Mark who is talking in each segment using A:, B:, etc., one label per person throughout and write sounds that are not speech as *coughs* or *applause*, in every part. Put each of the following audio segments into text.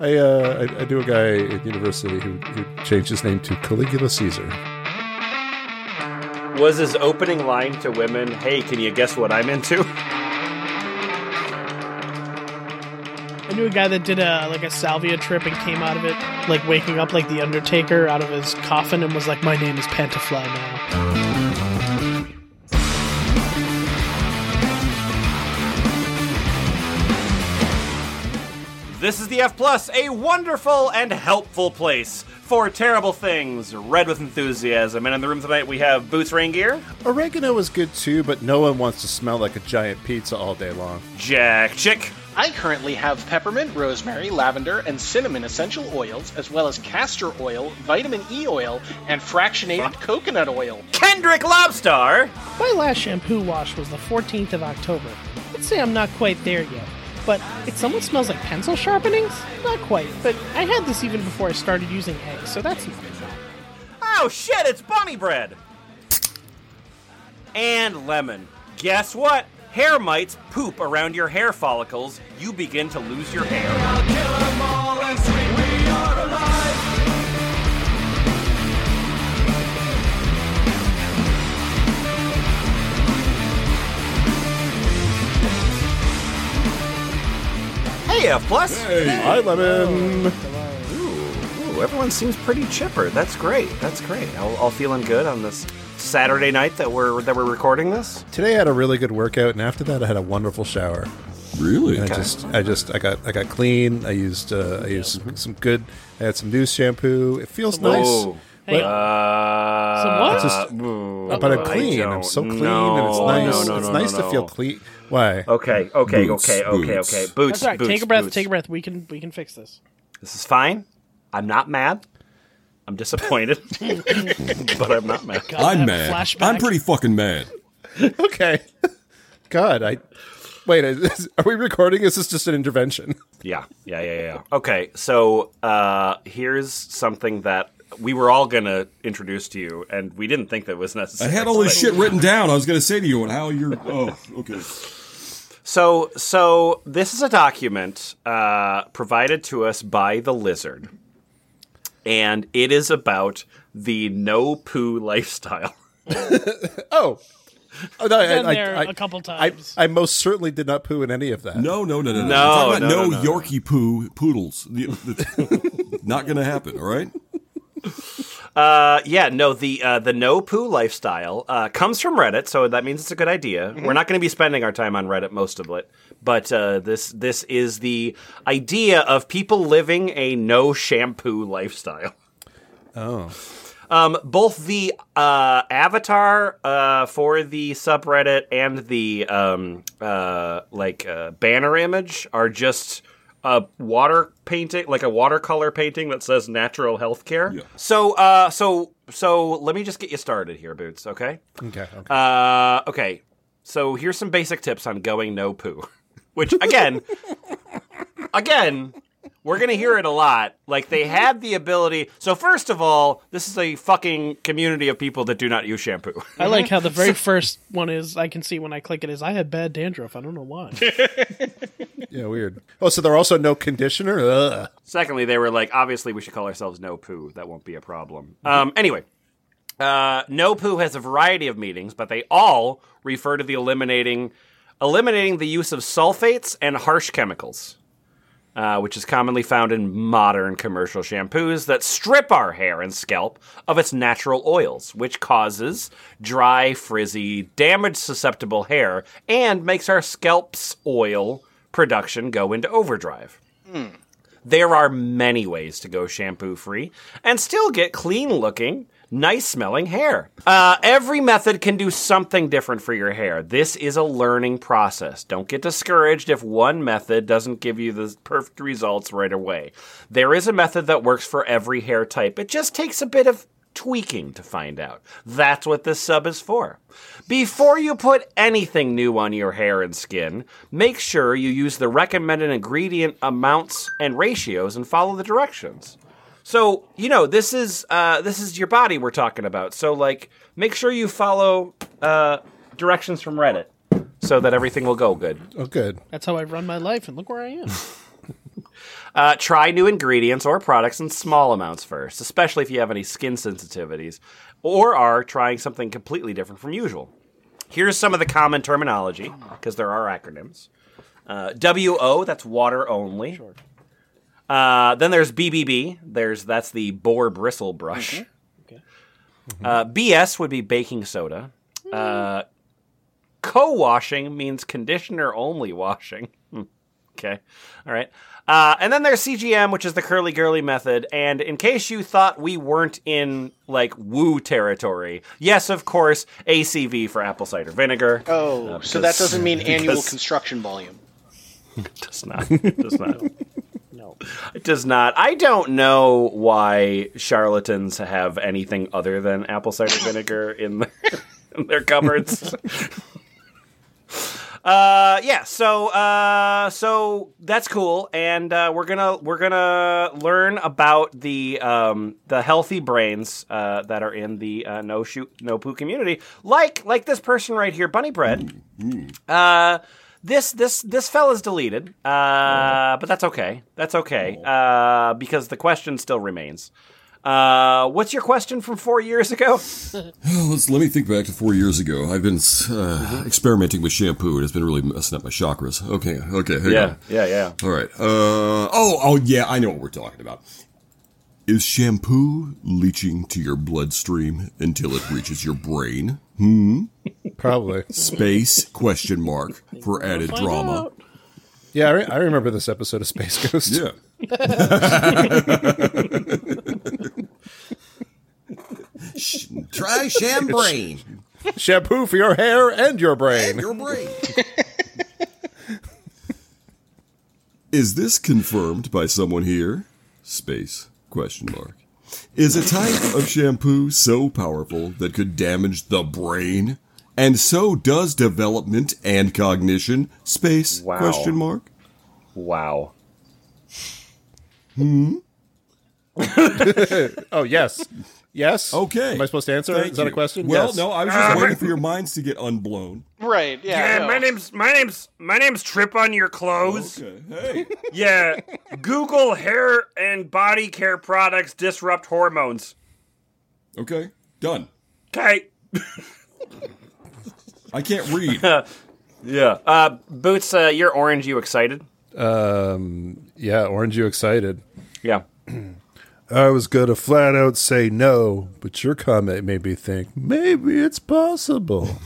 A: I, uh, I I knew a guy at university who, who changed his name to Caligula Caesar.
B: Was his opening line to women, hey, can you guess what I'm into?
C: I knew a guy that did a like a salvia trip and came out of it like waking up like the Undertaker out of his coffin and was like, "My name is Pantafly now."
B: *laughs* This is the F Plus, a wonderful and helpful place for terrible things, read with enthusiasm. And in the room tonight, we have Boots Rain Gear,
A: Oregano is good too, but no one wants to smell like a giant pizza all day long.
B: Jack Chick,
D: I currently have peppermint, rosemary, lavender, and cinnamon essential oils, as well as castor oil, vitamin E oil, and fractionated coconut oil.
B: Kendrick Lobstar,
C: My last shampoo wash was the 14th of October. Let's say I'm not quite there yet, but it somewhat smells like pencil sharpenings. Not quite, but I had this even before I started using eggs, so that's
B: oh shit, it's Bunny Bread, and Lemon. Guess what? Hair mites poop around your hair follicles. You begin to lose your hair. Hey, F Plus.
A: Hi, lemon.
B: Ooh, everyone seems pretty chipper. That's great. That's great. All, all feeling good on this Saturday night that we're that we're recording this.
A: Today I had a really good workout, and after that I had a wonderful shower.
E: Really?
A: And I just, I just, I got, I got clean. I used, uh, I used some, some good. I had some new shampoo. It feels nice,
B: Whoa.
A: but,
B: Uh,
C: So what?
A: just-
B: ooh,
A: but
B: Uh, I
A: I'm clean. I'm
B: don't
A: so clean, and it's
B: know.
A: nice.
B: No, no,
A: it's
B: no,
A: nice
B: no,
A: to
B: no.
A: feel clean. Why?
B: Okay, okay,
E: Boots,
B: okay, okay,
E: boots.
B: okay. Boots,
C: That's all right.
B: boots.
C: take a breath.
B: boots.
C: Take a breath. We can we can fix this.
B: This is fine. I'm not mad. I'm
C: *laughs*
B: disappointed, but I'm not mad.
C: God,
E: I'm
C: that
E: mad.
C: flashback.
E: I'm pretty fucking mad.
A: Okay. *laughs* God, I wait. Is, are we recording? Is this just an intervention? *laughs*
B: *laughs* Yeah, yeah, yeah, yeah. Okay, so uh, here's something that we were all gonna introduce to you, and we didn't think that was
E: I
B: necessary.
E: had all this
B: but-
E: shit written down. I was gonna say to you and how you're. Oh, okay.
B: So, so this is a document uh, provided to us by the lizard, and it is about the no poo *laughs* lifestyle.
A: Oh. Oh, no,
C: been
A: I, I,
C: there
A: I,
C: a couple
A: I-
C: times.
A: I, most certainly did not poo in any of that.
E: No, no, no, no, no.
B: No,
E: Talk about
B: no,
E: no,
B: no, no.
E: Yorkie poo poodles. The- the- *laughs* Not gonna happen. All right.
B: Uh, yeah, no, the uh, the no poo lifestyle uh, comes from Reddit, so that means it's a good idea. We're not going to be spending our time on Reddit most of it, but uh, this this is the idea of people living a no shampoo lifestyle.
A: Oh.
B: Um, both the uh, avatar uh, for the subreddit and the um, uh, like uh, banner image are just a water painting, like a watercolor painting that says "natural healthcare."
E: Yeah.
B: So, uh, so, so, let me just get you started here, Boots. Okay.
A: Okay. okay.
B: Uh, okay. So here's some basic tips on going no poo, *laughs* which again, again, we're gonna hear it a lot. Like they had the ability. So first of all, this is a fucking community of people that do not use shampoo. *laughs*
C: I like how the
E: *laughs*
C: very first one is I can see when I click it is I had bad dandruff. I don't
E: *laughs*
C: know why.
A: yeah, weird. Oh, so there are also no conditioner? Ugh.
B: Secondly, they were like, obviously, we should call ourselves No Poo. That won't be a problem. Um, anyway, uh, No Poo has a variety of meanings, but they all refer to the eliminating eliminating the use of sulfates and harsh chemicals, uh, which is commonly found in modern commercial shampoos that strip our hair and scalp of its natural oils, which causes dry, frizzy, damage susceptible hair and makes our scalp's oil production go into overdrive. There are many ways to go shampoo free and still get clean looking, nice smelling hair. Uh, every method can do something different for your hair. This is a learning process. Don't get discouraged if one method doesn't give you the perfect results right away. There is a method that works for every hair type, it just takes a bit of tweaking to find out. That's what this sub is for. Before you put anything new on your hair and skin, make sure you use the recommended ingredient amounts and ratios and follow the directions. So, you know, this is uh, this is your body we're talking about. So like make sure you follow uh, directions from Reddit so that everything will go good.
A: Oh, good.
C: That's how I run my life, and look where I am.
B: Uh, try new ingredients or products in small amounts first, especially if you have any skin sensitivities or are trying something completely different from usual. Here's some of the common terminology because there are acronyms. Uh, WO, that's water only. Uh, then there's BBB. There's that's the boar bristle brush. Uh, BS would be baking soda. Uh, co-washing means conditioner only washing. Hmm. Okay, all right. Uh, and then there's CGM, which is the curly girly method. And in case you thought we weren't in like woo territory, yes, of course, ACV for apple cider vinegar.
D: Oh, so that
B: because-
D: doesn't mean annual
B: because-
D: construction volume.
B: Does not. Does not.
C: No.
B: It does not. I don't know why charlatans have anything other than apple cider vinegar in their, *laughs* in their cupboards. *laughs* uh, yeah. So uh, so that's cool, and uh, we're gonna we're gonna learn about the um, the healthy brains uh, that are in the uh, no shoot no poo community, like like this person right here, Bunny Bread. Uh, this this this fella's deleted, uh, but that's okay. That's okay uh, because the question still remains. Uh, what's your question from four years ago?
F: Let's, let me think back to four years ago. I've been uh, experimenting with shampoo, and it's been really messing up my chakras. Okay, okay, hang on.
B: yeah, yeah.
F: All right. Uh, oh, oh, yeah, I know what we're talking about. Is shampoo leaching to your bloodstream until it reaches your brain?
A: Probably. *laughs*
F: Space question mark for added drama.
C: Out.
A: Yeah, I, re- I remember this episode of Space *laughs* Ghost.
F: Yeah. Sh- Try shambrain.
A: Shampoo for your hair and your brain.
F: Your brain. Is this confirmed by someone here? Space question mark. Is a type of shampoo so powerful that could damage the brain? And so does development and cognition? Space
B: Wow.
F: question mark.
B: Wow.
A: Oh yes, yes.
F: Okay.
A: Am I supposed to answer?
F: Thank
A: Is that a
F: you.
A: question?
F: Well,
A: Yes. Ah.
F: no, I was just waiting for your minds to get unblown.
D: Right. Yeah.
B: Yeah,
D: no.
B: Uh, my name's my name's my name's Trip on your clothes.
F: Okay. Hey.
B: Yeah, Google hair and body care products disrupt hormones.
F: Okay. Done.
B: Okay.
F: I can't read.
B: Yeah. Uh, Boots, uh, you're orange. You excited?
A: Um, yeah, orange. You excited?
B: Yeah.
A: I was gonna flat out say no, but your comment made me think maybe it's possible.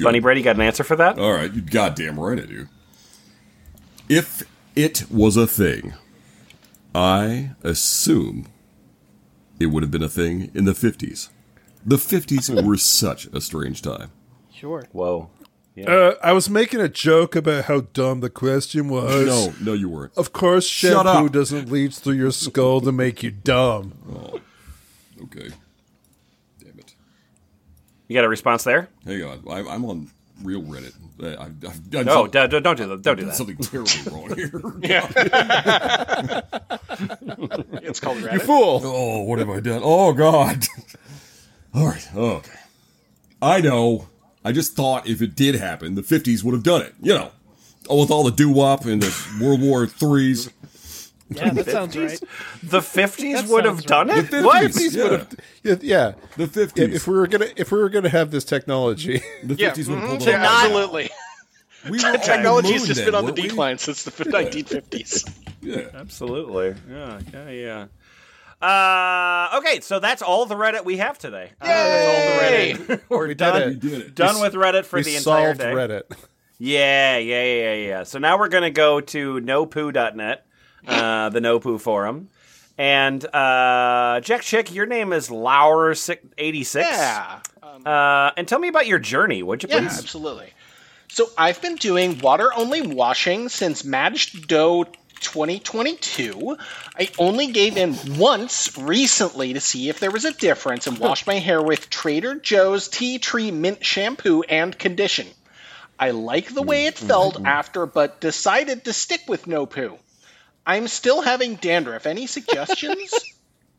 B: Bunny Brady got an answer for that.
F: All right, you goddamn right I do. If it was a thing, I assume it would have been a thing in the 50s.
B: *laughs*
F: The 50s were such a strange time.
C: Sure.
B: Whoa.
A: *laughs* uh, I was making a joke about how dumb the question was.
F: No, no, you weren't.
B: Oh.
A: Of course,
F: Shut
A: shampoo
F: up.
A: doesn't leach through your skull to make you dumb.
F: Okay. Damn it.
B: You got a response there?
F: Hang on. I, I'm on real Reddit. I, I've, I've done
B: No,
F: some-
B: d- d- don't do that. Don't do
F: done
B: that.
F: something
B: *laughs*
F: terribly wrong here.
D: It's called
A: You
D: Reddit.
A: fool!
F: Oh, what have I done? Oh God! *laughs* All right. Oh, okay. I know. I just thought if it did happen, the '50s would have done it. You know, oh, with all the doo wop and the *laughs* World War Threes.
C: Yeah, that sounds right.
B: The 50s
C: That
B: would have
C: sounds
B: done
C: right.
B: it?
F: The
B: What?
F: 50s, yeah.
A: Yeah, yeah.
F: The '50s.
A: If we were gonna, if we were gonna have this technology,
F: the '50s
D: Yeah.
F: would have
D: mhm,
F: pulled
D: yeah,
F: off.
D: absolutely.
F: We were on the
D: Technology's
F: moon
D: just
F: then,
D: been on the
F: weren't we?
D: decline since the 1950s.
F: Yeah.
B: Absolutely. Yeah, yeah, yeah. Uh, okay, so that's all the Reddit we have today. Uh,
D: Yay!
B: that's all the Reddit. *laughs* We're
A: We did
B: done.
A: it.
F: We did it.
B: Done with Reddit for
A: we
B: the entire
A: solved
B: day.
A: Reddit.
B: Yeah, yeah, yeah, yeah. So now we're going to go to nopoo.net, uh, the nopoo forum. And uh, Jack Chick, your name is Lauer86.
D: Yeah.
B: Uh, and tell me about your journey, would you
D: Yeah,
B: please?
D: absolutely. So I've been doing water only washing since Madge Doe 2022. I only gave in once recently to see if there was a difference and washed my hair with Trader Joe's Tea Tree Mint Shampoo and Condition. I like the way it felt
B: Mm-hmm.
D: after, but decided to stick with no poo. I'm still having dandruff.
B: *laughs*
D: Any suggestions?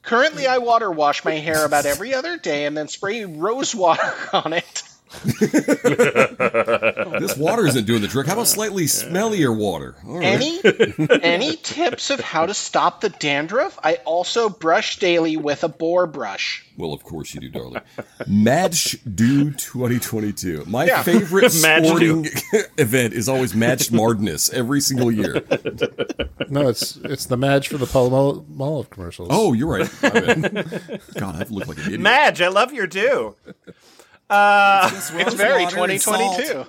D: Currently, I water wash my hair about every other day and then spray rose water *laughs* on it.
F: This water isn't doing the trick. How about slightly smellier water? All right. *laughs*
D: Any any tips of how to stop the dandruff? I also brush daily with a boar brush.
F: Well, of course you do, darling. Match Do 2022. My favorite
B: Match
F: sporting *laughs* event is always Match Mardness every single year.
A: No, it's it's the Madge for the Palmolive commercials.
F: Oh, you're right. My bad. God, I've looked like an idiot.
B: Madge, I love your do.
D: It's very 2022.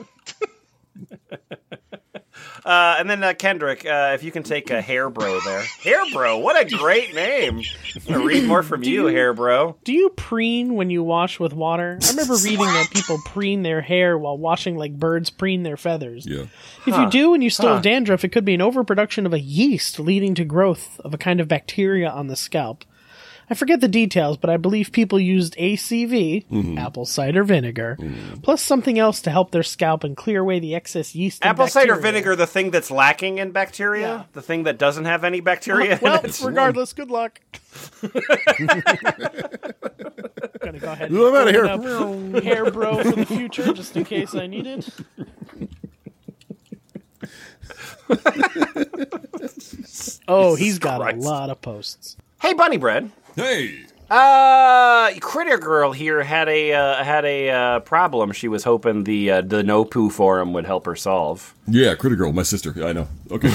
B: Uh, and then uh, Kendrick, uh, if you can take a hair bro there. hair bro, what a great name. I'm going to read more
C: *laughs*
B: from you, hair bro.
C: Do you preen when you wash with water? I remember reading that people preen their hair while washing like birds preen their feathers.
F: Yeah.
C: If you do and you still have dandruff, it could be an overproduction of a yeast leading to growth of a kind of bacteria on the scalp. I forget the details, but I believe people used ACV, apple cider vinegar, plus something else to help their scalp and clear away the excess yeast. and
B: Apple cider
C: bacteria.
B: vinegar, the thing that's lacking in bacteria,
C: Yeah.
B: the thing that doesn't have any
C: *laughs*
B: bacteria.
C: Well,
B: in it.
C: regardless, good luck. *laughs* Gonna go ahead. and
A: I'm outta here.
C: open up Hair bro for the future, just in case I need
F: *laughs*
C: it. oh, he's got
B: Christ.
C: a lot of posts.
B: hey, Bunny Bread.
F: Hey.
B: Uh, Critter Girl here had a uh, had a uh, problem. She was hoping the uh, the No Poo forum would help her solve.
F: Yeah, Critter Girl, my sister. I know. Okay.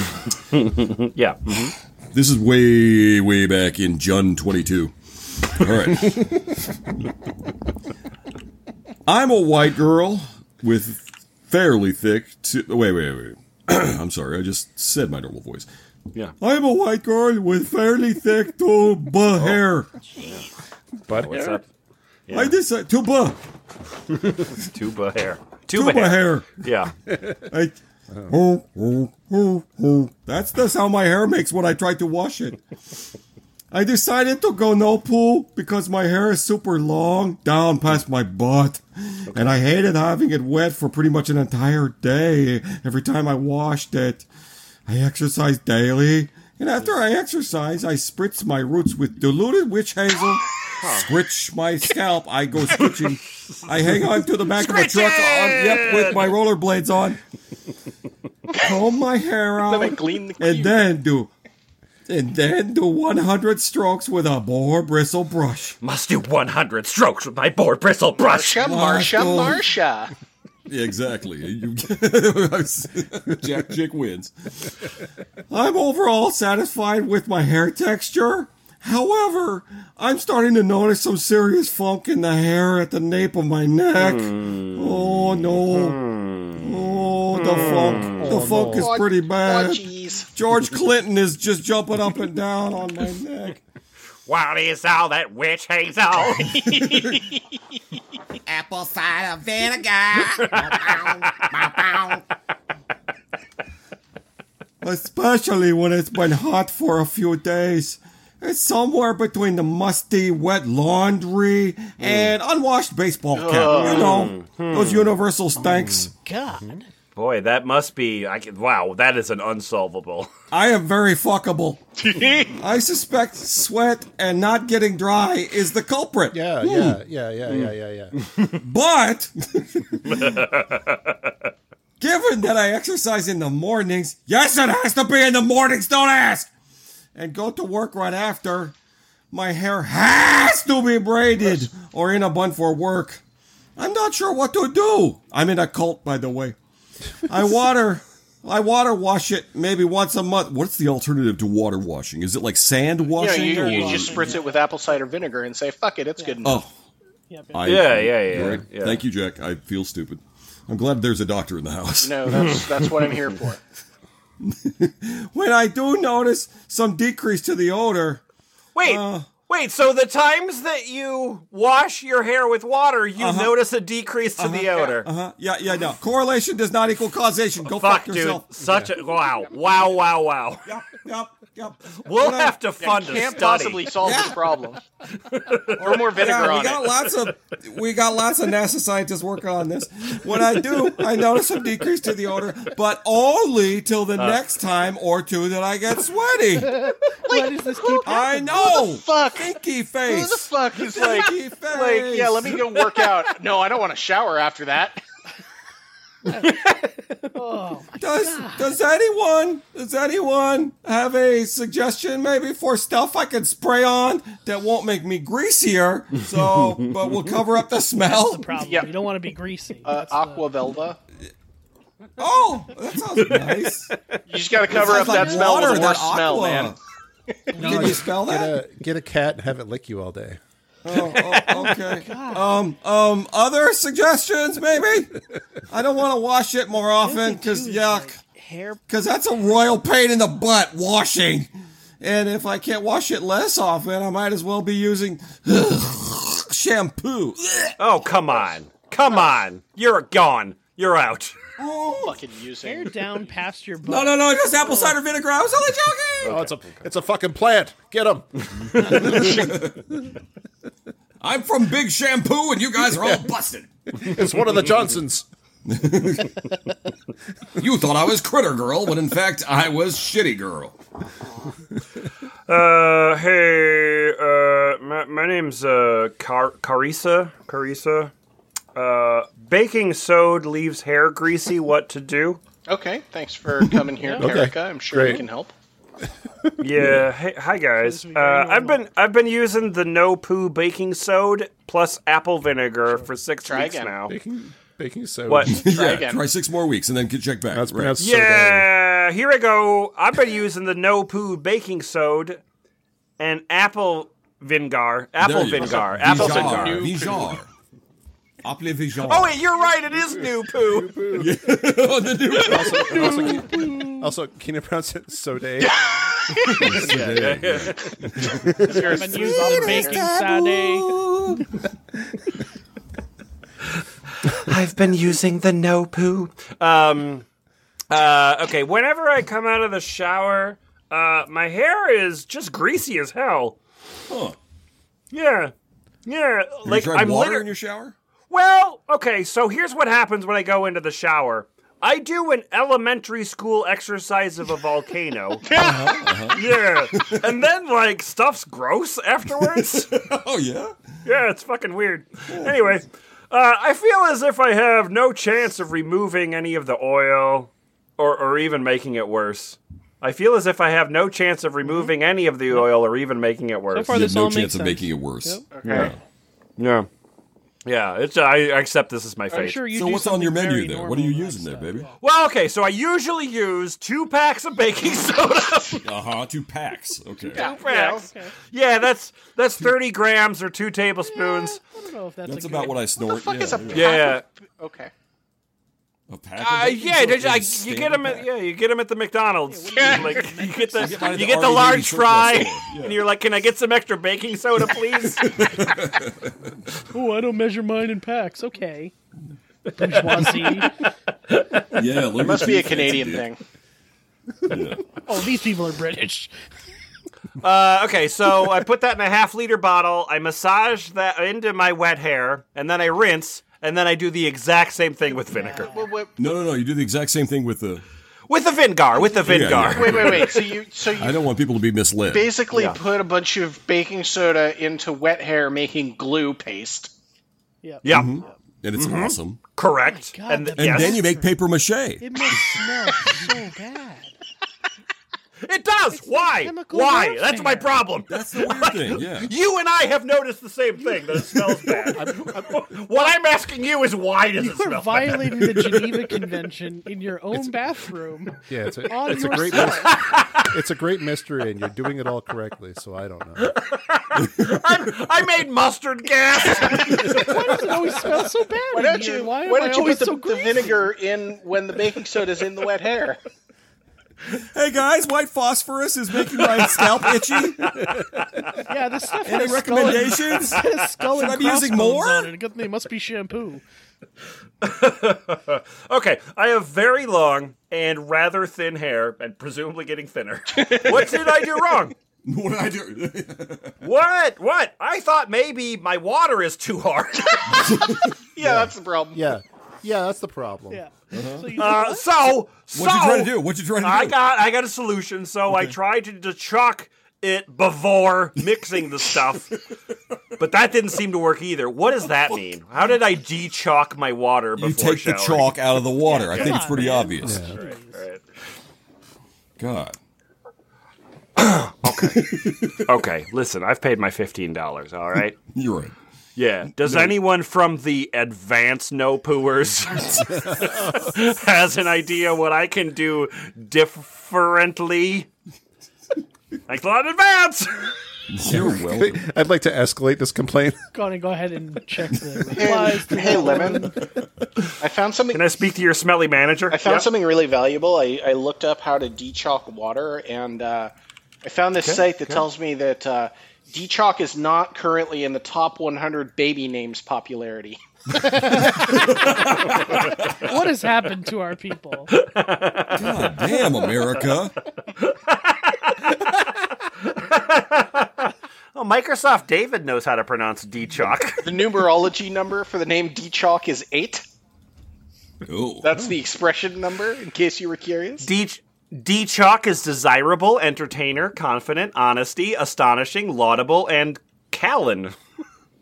B: Yeah, Mm-hmm.
F: This is way, way back in Jun 22. All right. *laughs* I'm a white girl with fairly thick. To- wait, wait, wait. *clears throat* I'm sorry. I just said my normal voice.
B: yeah.
F: I'm a white girl with fairly thick to buh hair.
A: but
B: What's up?
F: I decide to buh,
B: Tuba hair.
F: to
B: Tuba,
F: buh
B: hair.
F: hair.
B: Yeah.
F: I, oh, oh, oh, oh. That's the sound my hair makes when I try to wash it. I decided to go no pool because my hair is super long down past my butt. And I hated having it wet for pretty much an entire day every time I washed it. I exercise daily. And after I exercise, I spritz my roots with diluted witch hazel. Scritch my scalp. I go scritching. I hang on to the back of a truck. On, yep, with my rollerblades on. Comb my hair out
D: Then I clean the
F: and then do and then do 100 strokes with a boar bristle brush.
B: *laughs* Must do 100 strokes with my boar bristle brush.
D: Marsha, Marsha,
F: Michael.
D: Marsha.
F: Exactly. *laughs* You- Jack Chick wins. I'm overall satisfied with my hair texture. However, I'm starting to notice some serious funk in the hair at the nape of my neck. Oh no. Oh, the funk. The funk is pretty
D: Oh,
F: bad.
D: jeez.
F: George Clinton is just jumping up and down on my neck.
B: What is all that witch hazel?
G: apple cider vinegar. Bow, bow, bow, bow.
F: especially when it's been hot for a few days. It's somewhere between the musty, wet laundry and unwashed baseball cap. You know, those universal stinks.
C: Hmm. God,
B: Boy, that must be. I can, wow, that is an unsolvable. *laughs*
F: I am very fuckable. I suspect sweat and not getting dry is the culprit.
A: yeah, yeah, yeah, yeah, yeah, yeah, yeah.
F: But given that I exercise in the mornings, yes, it has to be in the mornings, don't ask, and go to work right after, my hair has to be braided or in a bun for work. I'm not sure what to do. I'm in a cult, by the way. I water. I water wash it maybe once a month. What's the alternative to water washing? Is it like sand
D: You, know,
F: washing?
D: you,
F: or-
D: you just spritz it with apple cider vinegar and say, fuck it, it's good enough.
F: oh, I-
B: Yeah, yeah, yeah,
F: Right.
B: yeah.
F: Thank you, Jack. I feel stupid. I'm glad there's a doctor in the house.
D: No,
F: *laughs*
D: that's, that's what I'm
B: *laughs*
D: here for.
F: when I do notice some decrease to the odor,
B: Wait, wait, so the times that you wash your hair with water, you notice a decrease to the odor.
F: uh, yeah, yeah, no. Correlation does not equal causation. Go fuck,
B: Fuck, dude.
F: yourself.
B: Such a. Wow, wow, wow, wow.
F: Yep, yep, yep.
B: We'll
F: When I-
B: have to fund a
D: Can't
B: study.
D: possibly solve this problem. Or more vinegar
F: *laughs* Yeah, we
D: on
F: got
D: it.
F: lots of we got lots of NASA scientists working on this. When I do, I notice some decrease to the odor, but only till
D: *laughs*
F: the next time or two that I get sweaty.
C: why does this keep?
F: I know.
D: Fuck.
F: Stinky
D: Who the
F: face.
D: fuck is like,
F: Stinky face.
D: like, yeah, let me go work out. No, I don't want to shower after that.
F: Does does anyone does anyone have a suggestion maybe for stuff I can spray on that won't make me greasier?
D: *laughs*
F: So, but will cover up the smell.
C: Problem.
D: Yeah.
C: You don't want to be greasy.
D: Uh,
C: That's the-
D: Aqua Velva.
F: Oh, that
D: *laughs*
F: sounds nice.
D: You just got to cover up
F: Sounds like
D: that smell with
F: water,
D: a
F: that
D: worse smell,
F: aqua.
D: man.
F: Can you spell
A: Get
F: that?
A: a, Uh, get a cat and have it lick you all day.
F: Oh, oh, okay. Um, um, other suggestions maybe? I don't want to wash it more *laughs* often because
C: Dude,
F: yuck.
C: like, hair
F: Because that's a royal pain in the butt, washing. And if I can't wash it less often, I might as well be using *sighs* shampoo.
B: Oh, come on. Come on. You're gone. You're out.
D: Fucking using.
C: hair down past your butt.
F: No, no, no, just apple cider vinegar. I was only joking.
A: Oh, it's a it's a fucking plant. Get him.
F: I'm from Big Shampoo, and you guys are all busted.
A: It's one of the Johnsons.
F: You thought I was Critter Girl, when in fact, I was Shitty Girl.
B: *laughs* Uh, hey, uh, my, my name's, uh, Car- Carissa. Carissa. Uh, baking soda leaves hair greasy. What to do?
D: Okay, thanks
F: *laughs*
D: for coming here, Erica. I'm sure
A: great.
D: we can help.
B: Yeah. Hey, hi guys. Uh, I've been I've been using the no poo baking soda plus apple vinegar for six
D: Try
B: weeks
D: again.
A: *laughs*
B: now.
A: Baking baking soda.
B: *laughs* What?
F: *laughs*
D: Try
F: yeah,
D: again.
F: try six more weeks and then get checked back.
A: That's pronounced soda.
B: Yeah, here I go. I've been using the no poo baking soda and apple vingar. Apple
F: There you go.
B: vingar. Apple
F: Vijar,
B: vingar.
F: Vijar. Apple Vijar.
B: Oh wait, you're right. It is new poo.
F: the new
A: Also, can, also, can you pronounce it soda?
C: I've been using all the baking sade.
B: I've been using the no poo. Um, uh, okay, whenever I come out of the shower, uh, my hair is just greasy as hell.
F: Huh.
B: Yeah. Yeah,
F: You
B: like
F: tried
B: I'm
F: water
B: liter-
F: in your shower?
B: Well, okay, so here's what happens when I go into the shower. I do an elementary school exercise of a volcano.
C: *laughs*
B: Uh-huh, Yeah. And then like stuff's gross
C: *laughs*
B: afterwards.
F: Oh, yeah?
B: Yeah, it's fucking weird. Anyway, uh, I feel as if I have no chance of removing any of the oil or, or even making it worse. I feel as if I have no chance of removing any of the oil or even making it
C: Mm-hmm. So
B: worse.
C: far,
F: You have
C: this
F: no
C: all makes
F: chance of
C: sense.
F: making it worse.
D: Okay.
B: yeah. Yeah, it's I accept this as my
C: I'm
B: fate.
C: sure you
F: So
C: do
F: what's on your
C: something
F: menu
C: very
F: there? What are you
C: normal
F: using there,
C: lifestyle.
F: baby?
B: Well, okay, so I usually use two packs of baking *laughs* soda.
F: Uh huh. Two packs. Okay.
C: Oh,
B: packs. Yeah, that's that's 30 grams or 2 tablespoons.
C: I don't know if that's,
F: That's
C: a
F: about what I snort.
D: What the fuck
F: yeah,
D: is a
F: yeah.
D: pack?
B: Yeah.
D: Of, okay.
F: A pack.
B: Uh,
F: of
B: yeah,
F: those
B: there's- I,
F: is
B: you get
F: standard
B: them at
F: pack.
B: yeah, you get 'em at the McDonald's. Like, you get the
F: You get mine at
B: you
F: the
B: get the
F: REE
B: large
F: surplus
B: fry,
F: store. Yeah.
B: and you're like, "Can I get some extra baking soda,
F: *laughs*
B: please?" Uh,
C: Oh, I don't measure mine in packs. Okay. Bourgeoisie.
F: Yeah, let me
D: Must be
F: see
D: a
F: if that's
D: Canadian
F: dude.
D: thing.
C: *laughs* oh, these people are British.
B: uh, okay, so I put that in a half liter bottle. I massage that into my wet hair, and then I rinse, and then I do the exact same thing with vinegar,
D: Well, wait,
F: No, no, no. You do the exact same thing with the.
B: with the vingar, with the
F: yeah.
B: vingar. *laughs*
D: wait, wait, wait. So you, so
F: *laughs* I
D: you
F: don't want people to be misled.
D: basically
B: Yeah.
D: put a bunch of baking soda into wet hair, making glue paste.
B: Yeah,
F: And it's awesome.
B: correct.
C: God,
B: and
C: that-
F: And
B: yes.
F: Mm-hmm. then you make paper mache.
C: It must smell so bad.
B: It does. Why?
C: chemical
B: Why?
C: warfare.
B: That's my problem.
F: That's the weird thing. Yeah.
B: You and I have noticed the same thing that it
C: *laughs*
B: smells bad. what I'm asking you is why does it
C: You are
B: smell bad?
C: violating the Geneva Convention in your own bathroom.
A: Yeah, it's a,
C: On
A: it's a
C: your
A: great mys- it's a great mystery, and you're doing it all correctly. So I don't know.
B: I'm, I made mustard
C: *laughs*
B: gas. *laughs*
C: It always smells so bad.
D: Why
C: in
D: don't
C: here.
D: you?
C: Why,
D: Why,
C: am I
D: don't you
C: always
D: put the,
C: so
D: the
C: greasy?
D: vinegar in when the baking soda's in the wet hair? *laughs*
F: Hey guys, white phosphorus is making my scalp itchy.
C: Yeah, this stuff
F: Any
C: has *laughs*
F: recommendations?
C: Skull and, skull and
F: Should I be using
C: crossbones
F: more?
C: On it. Good thing It must be shampoo.
B: okay, I have very long and rather thin hair, and presumably getting
F: *laughs*
B: thinner. What did I do wrong?
F: what did I do?
B: What? What? I thought maybe my water is too
F: *laughs*
B: hard.
D: Yeah, that's the problem.
A: Yeah, yeah, that's the problem.
C: Yeah. Uh-huh. So you
B: Uh, so, so
F: What'd you try to do? What'd you try to do?
B: I got I got a solution. So I tried to, to chalk it before mixing the
F: *laughs*
B: stuff. but that didn't seem to work either. What does that mean? How did I de-chalk my water before
F: You take the
B: showering?
F: chalk out of the water. I think it's pretty obvious.
B: Right.
F: God.
B: Okay, listen, I've paid my $15, all
F: *laughs*
B: right?
F: You're right.
B: Yeah. Does anyone from the advanced no
F: *laughs*
B: pooers *laughs* has an idea what I can do differently? Thanks a lot in advance.
F: You're welcome.
A: I'd like to escalate this complaint.
C: Gonna go ahead and check the
D: Hey,
C: replies.
D: hey, Lemon. I found something.
B: Can I speak to your smelly manager?
D: I found something really valuable. I, I looked up how to dechalk water, and uh, I found this site that tells me that uh, dechalk is not currently in the top 100 baby names popularity. *laughs*
C: What has happened to our people?
F: *laughs* God damn, America.
B: Oh, Microsoft David knows how to pronounce D-Chalk. *laughs*
D: The numerology number for the name dechalk is eight.
F: Oh,
D: That's the expression number, in case you were curious.
B: D- D-Chalk is desirable, entertainer, confident, honesty, astonishing, laudable, and Callan.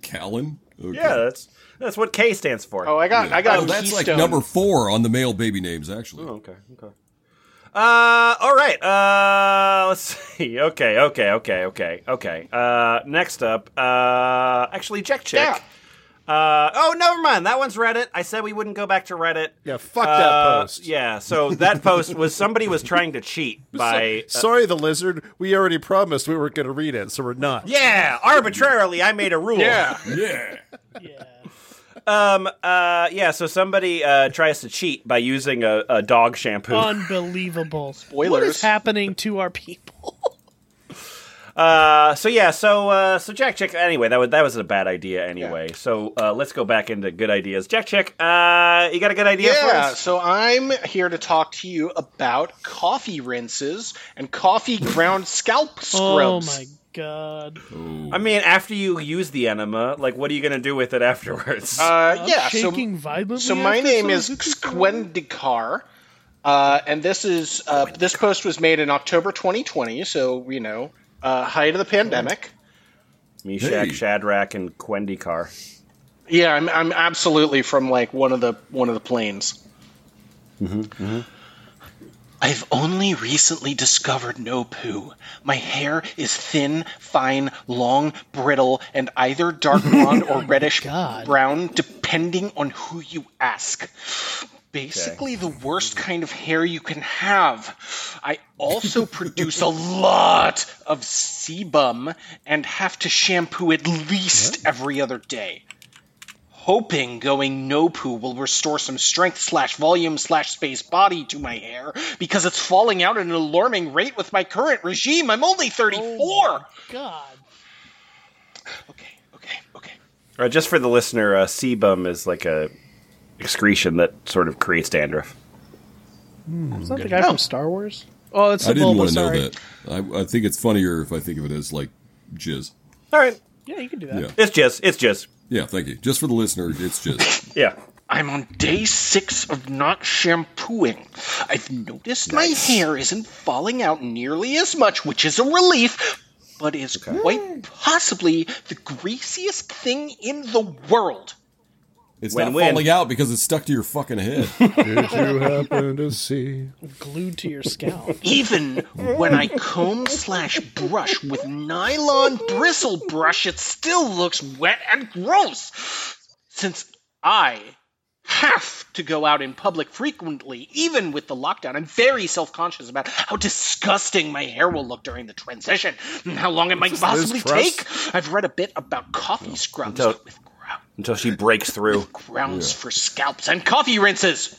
F: Callan? Okay.
B: Yeah, that's that's what K stands for.
D: Oh, I got, I got.
F: Oh, that's like
D: Keystone.
F: number four on the male baby names, actually.
B: Okay. Okay. Uh, all right. Uh, let's *laughs* see. Okay. Okay. Okay. Okay. Okay. Uh, next up. Uh, actually, check check. Uh, oh, never mind. That one's Reddit. I said we wouldn't go back to Reddit.
A: *laughs* Yeah, fuck that
B: Uh,
A: post.
B: Yeah. So that post was somebody was trying
A: *laughs*
B: to cheat by.
A: Sorry, the lizard. We already promised we weren't going to read it, so we're not.
B: yeah, arbitrarily, I made a rule.
D: Yeah.
F: Yeah.
C: Yeah.
B: Um. Uh. Yeah. So somebody uh tries to cheat by using a, a dog shampoo.
C: Unbelievable. What
D: Spoilers.
C: is happening to our people?
B: Uh, so yeah, so uh, so Jack Chick. Anyway, that was that was a bad idea. Anyway, so uh, let's go back into good ideas. Jack Chick, uh, you got a good idea for
D: Yeah,
B: us?
D: so I'm here to talk to you about coffee rinses and coffee ground scalp
C: Oh
D: scrubs.
C: my god.
B: I mean, after you use the enema, like, what are you gonna do with it *laughs* afterwards?
D: Uh, yeah, so-
C: Shaking violently.
D: So my
C: after
D: name
C: some-
D: is Xquendikar, uh, and this is uh, this post was made in October 2020, so you know, uh, height of the pandemic.
B: Meshach,
F: hey.
B: Shadrach, and Quendikar.
D: Yeah, I'm, I'm absolutely from like one of the one of the planes. I've only recently discovered no poo. My hair is thin, fine, long, brittle, and either dark blonde or reddish brown, depending on who you ask. Basically, the worst kind of hair you can have. I also produce a lot of sebum and have to shampoo at least every other day hoping going no poo will restore some strength slash volume slash space body to my hair because it's falling out at an alarming rate with my current regime. I'm only 34.
C: God.
D: Okay, okay, okay.
B: All right, just for the listener, uh, sebum is like a excretion that sort of creates dandruff.
C: Is that the guy from Star Wars? Oh, it's
F: I
C: the
F: didn't want
C: Bulbasaur.
F: to know that. I, I think it's funnier if I think of it as like jizz.
B: All right,
C: Yeah, you can do that.
F: Yeah.
B: it's jizz. It's jizz.
F: Yeah, thank you. Just for the listener, it's jizz.
B: Yeah.
D: I'm on day six of not shampooing. I've noticed my hair isn't falling out nearly as much, which is a relief, but is quite possibly the greasiest thing in the world.
F: It's
B: Win-win.
F: not falling out because it's stuck to your fucking head.
A: Did you happen to see?
C: Glued to your scalp.
D: Even when I comb slash brush with nylon bristle brush, it still looks wet and gross. Since I have to go out in public frequently, even with the lockdown, I'm very self conscious about how disgusting my hair will look during the transition and how long it might possibly
A: Truss?
D: take. I've read a bit about coffee scrubs
B: Don't-
D: with grout
B: Until she breaks through.
D: grounds for scalps and coffee rinses.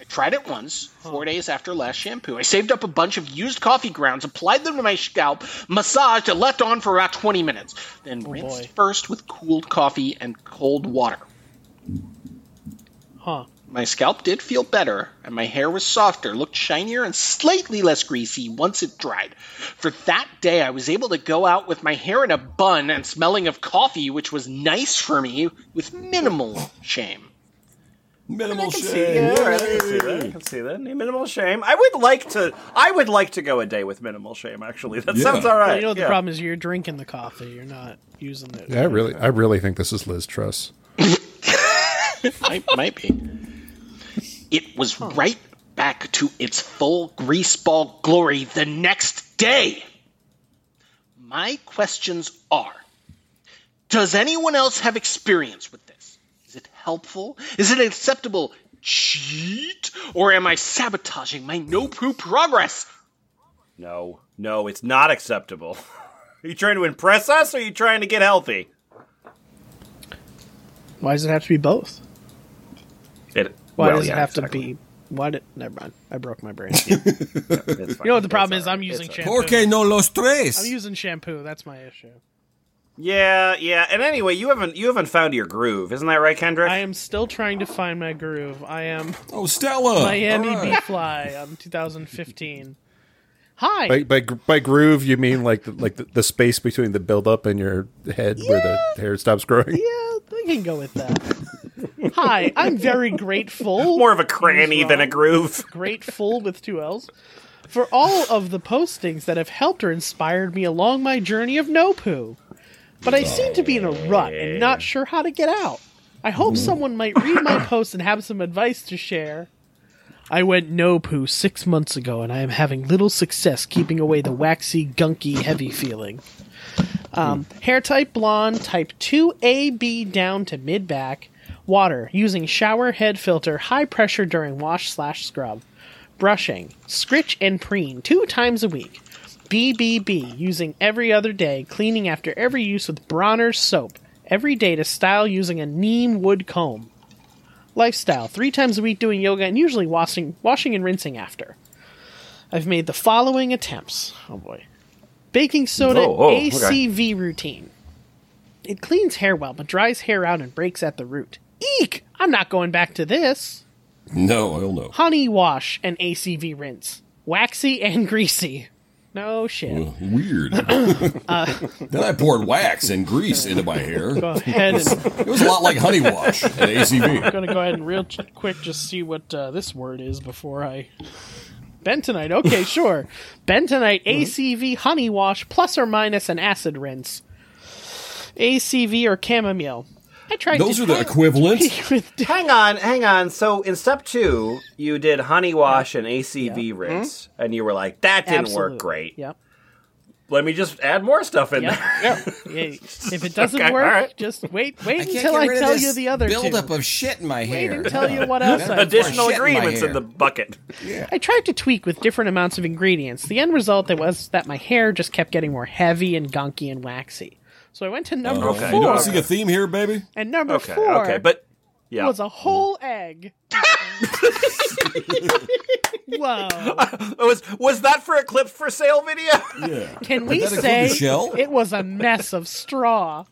D: I tried it once, four days after last shampoo. I saved up a bunch of used coffee grounds, applied them to my scalp, massaged, and left on for about 20 minutes. Then rinsed
C: boy.
D: first with cooled coffee and cold water.
C: Huh.
D: My scalp did feel better, and my hair was softer, looked shinier, and slightly less greasy once it dried. For that day, I was able to go out with my hair in a bun and smelling of coffee, which was nice for me, with minimal shame.
E: Minimal
B: I can
E: shame.
B: see, *laughs* yeah, all right, I can see that. I can see that. Yeah, Minimal shame. I would like to. I would like to go a day with minimal shame. Actually, that
E: Yeah.
B: sounds all right.
C: Well, you know what the
B: yeah.
C: problem is you're drinking the coffee. You're not using it.
A: Yeah, I really, I really think this is Liz Truss.
D: might, might be. It was right back to its full greaseball glory the next day. My questions are Does anyone else have experience with this? Is it helpful? Is it an acceptable cheat? Or am I sabotaging my no poo progress?
B: No, no, it's not acceptable. *laughs* are you trying to impress us, or are you trying to get healthy?
C: Why does it have to be both?
B: It,
C: Why
B: well,
C: does
B: yeah,
C: it have
B: exactly.
C: to be? Why did? Never mind. I broke my brain.
B: *laughs* It's fine.
C: You know what the
B: It's
C: problem
B: all
C: is?
B: right.
C: I'm using
B: It's all
C: shampoo.
F: Porque no los tres.
C: *laughs* I'm using shampoo. That's my issue.
B: Yeah, yeah. And anyway, you haven't you haven't found your groove, isn't that right, Kendrick?
C: I am still trying to find my groove. I am
F: oh, Stella.
C: Miami
F: All right.
C: Bee Fly on 2015. Hi.
A: By, by gr- by groove, you mean like the, like the, the space between the buildup and your head where the hair stops growing?
C: Yeah, I can go with that. Hi, I'm very grateful.
B: More of a cranny than a groove.
C: grateful with two L's for all of the postings that have helped or inspired me along my journey of no poo. But I seem to be in a rut and not sure how to get out. I hope someone might read my post and have some advice to share. I went no poo six months ago, and I am having little success keeping away the waxy, gunky, heavy feeling. Um, hair type blonde, type 2AB down to mid back. Water using shower head filter, high pressure during wash slash scrub. Brushing, scritch and preen two times a week. BBB using every other day, cleaning after every use with Bronner's soap. Every day to style using a neem wood comb. Lifestyle three times a week doing yoga and usually washing, washing and rinsing after. I've made the following attempts. Oh boy. Baking soda
B: Whoa, whoa, okay.
C: ACV routine. It cleans hair well, but dries hair out and breaks at the root. Eek! I'm not going back to this.
F: No, hell no.
C: Honey wash and ACV rinse. Waxy and greasy. No shit.
F: Weird. then I poured wax and grease into my hair.
C: Go ahead *laughs*
F: *laughs*
C: and
F: It was a lot like honey wash at
C: *laughs*
F: ACV.
C: gonna go ahead and real ch- quick just see what uh, this word is before I. Bentonite.
F: *laughs*
C: Okay, sure. Bentonite ACV honey wash plus or minus an acid rinse. ACV or chamomile. I tried.
F: *laughs* Those
C: to
F: are the
C: *laughs*
F: equivalents.
C: with
B: Hang on, hang on. So in step two, you did honey wash and ACV rinse, and you were like, "That didn't
C: Hmm? Absolutely.
B: work great.
C: Yep.
B: Let me just add more stuff in
C: Yep. *laughs*
B: there."
C: Yeah, If it
B: *laughs*
C: doesn't
B: Okay,
C: work,
B: all right.
C: just wait. Wait
G: can't
C: until
G: get
C: I
G: rid of
C: tell
G: this
C: you the other
G: buildup
C: two.
G: of shit in my
C: Wait
G: hair.
C: and tell
G: *laughs*
C: you what else. I,
B: Additional
G: Shit in my
B: agreements in
G: hair.
B: the bucket.
C: I tried to tweak with different amounts of ingredients. The end result that was that my hair just kept getting more heavy and gunky and waxy. So I went to number
B: okay.
F: You
C: four,
F: don't see a theme here, baby?
C: and number
B: Okay,
C: four
B: okay, but yeah,
C: was a whole
B: *laughs*
C: egg. Whoa!
B: was was that for a clip for sale video? *laughs*
F: Yeah.
C: Can we
F: that include
C: say
F: the shell?
C: it was a mess of straw?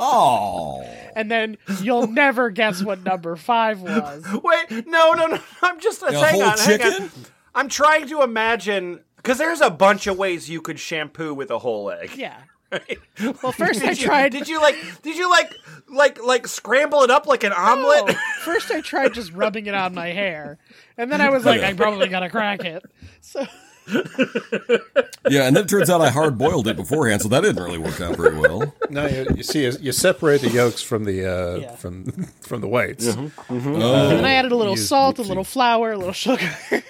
F: Oh.
C: And then you'll never guess what number five was.
B: Wait, no, no, *laughs* no. I'm just uh,
F: A
B: hang
F: whole
B: on, hang on.
F: chicken?
B: I'm trying to imagine because there's a bunch of ways you could shampoo with a whole egg.
C: Yeah. Well, first I
B: Did you,
C: tried.
B: Did you like? Did you like? Like like scramble it up like an omelet?
C: No. *laughs* First, I tried just rubbing it on my hair, and then I was like, I probably gotta crack it. So
F: Yeah, and then it turns out I hard boiled it beforehand, so that didn't really work out very well.
A: No, you, you see, you, you separate the yolks from the uh,
C: Yeah.
A: from *laughs* from the whites.
C: then I added a little
A: Use
C: salt, a
A: whoopsie.
C: little flour, a little sugar. *laughs*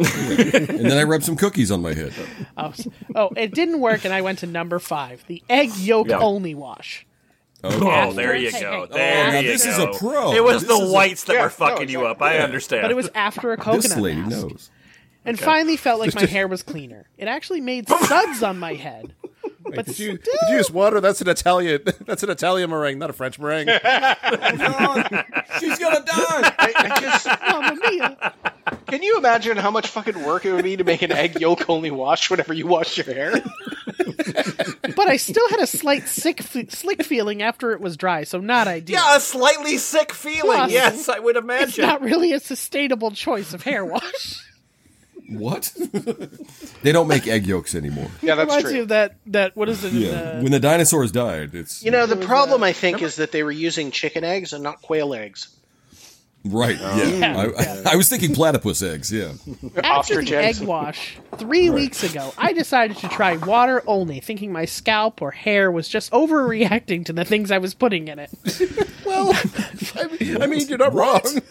F: And then I rubbed some cookies on my head.
C: oh, s- oh, it didn't work, and I went to number five: the egg yolk
B: Yeah.
C: only wash.
B: Oh, there you go. There
F: Oh, now
B: you
F: this
B: go.
F: is a pro.
B: It was
F: This
B: the
F: is a-
B: whites that
D: Yeah,
B: were fucking
D: no,
B: you up. I understand.
C: But it was after a coconut
F: This lady
C: mask,
F: knows.
C: and finally felt like my hair was cleaner. It actually made suds on my head. But
A: Did you,
C: still-
A: did you use water? That's an Italian. *laughs* That's an Italian meringue, not a French meringue.
F: She's gonna die.
D: I, I just.
C: Mamma mia.
D: Can you imagine how much fucking work it would be to make an egg yolk only wash whenever you wash your hair?
C: But I still had a slight sick, f- slick feeling after it was dry, so not ideal.
B: yeah, a slightly sick feeling.
C: Plus,
B: yes, I would
C: it's
B: imagine.
C: not really a sustainable choice of hair wash.
F: What? *laughs* they don't make egg yolks anymore.
D: Yeah, that's
C: Reminds me
D: true.
C: of that. That what is it? in,
F: Yeah.
C: uh,
F: When the dinosaurs died, it's
D: You know, the problem I think is that they were using chicken eggs and not quail eggs.
F: Right. yeah.
C: Oh, Yeah,
F: I, I was thinking platypus eggs. Yeah.
C: After
D: Ostrich
C: the egg
D: eggs.
C: wash three weeks ago, I decided to try water only, thinking my scalp or hair was just overreacting to the things I was putting in it.
A: I mean, you're not wrong.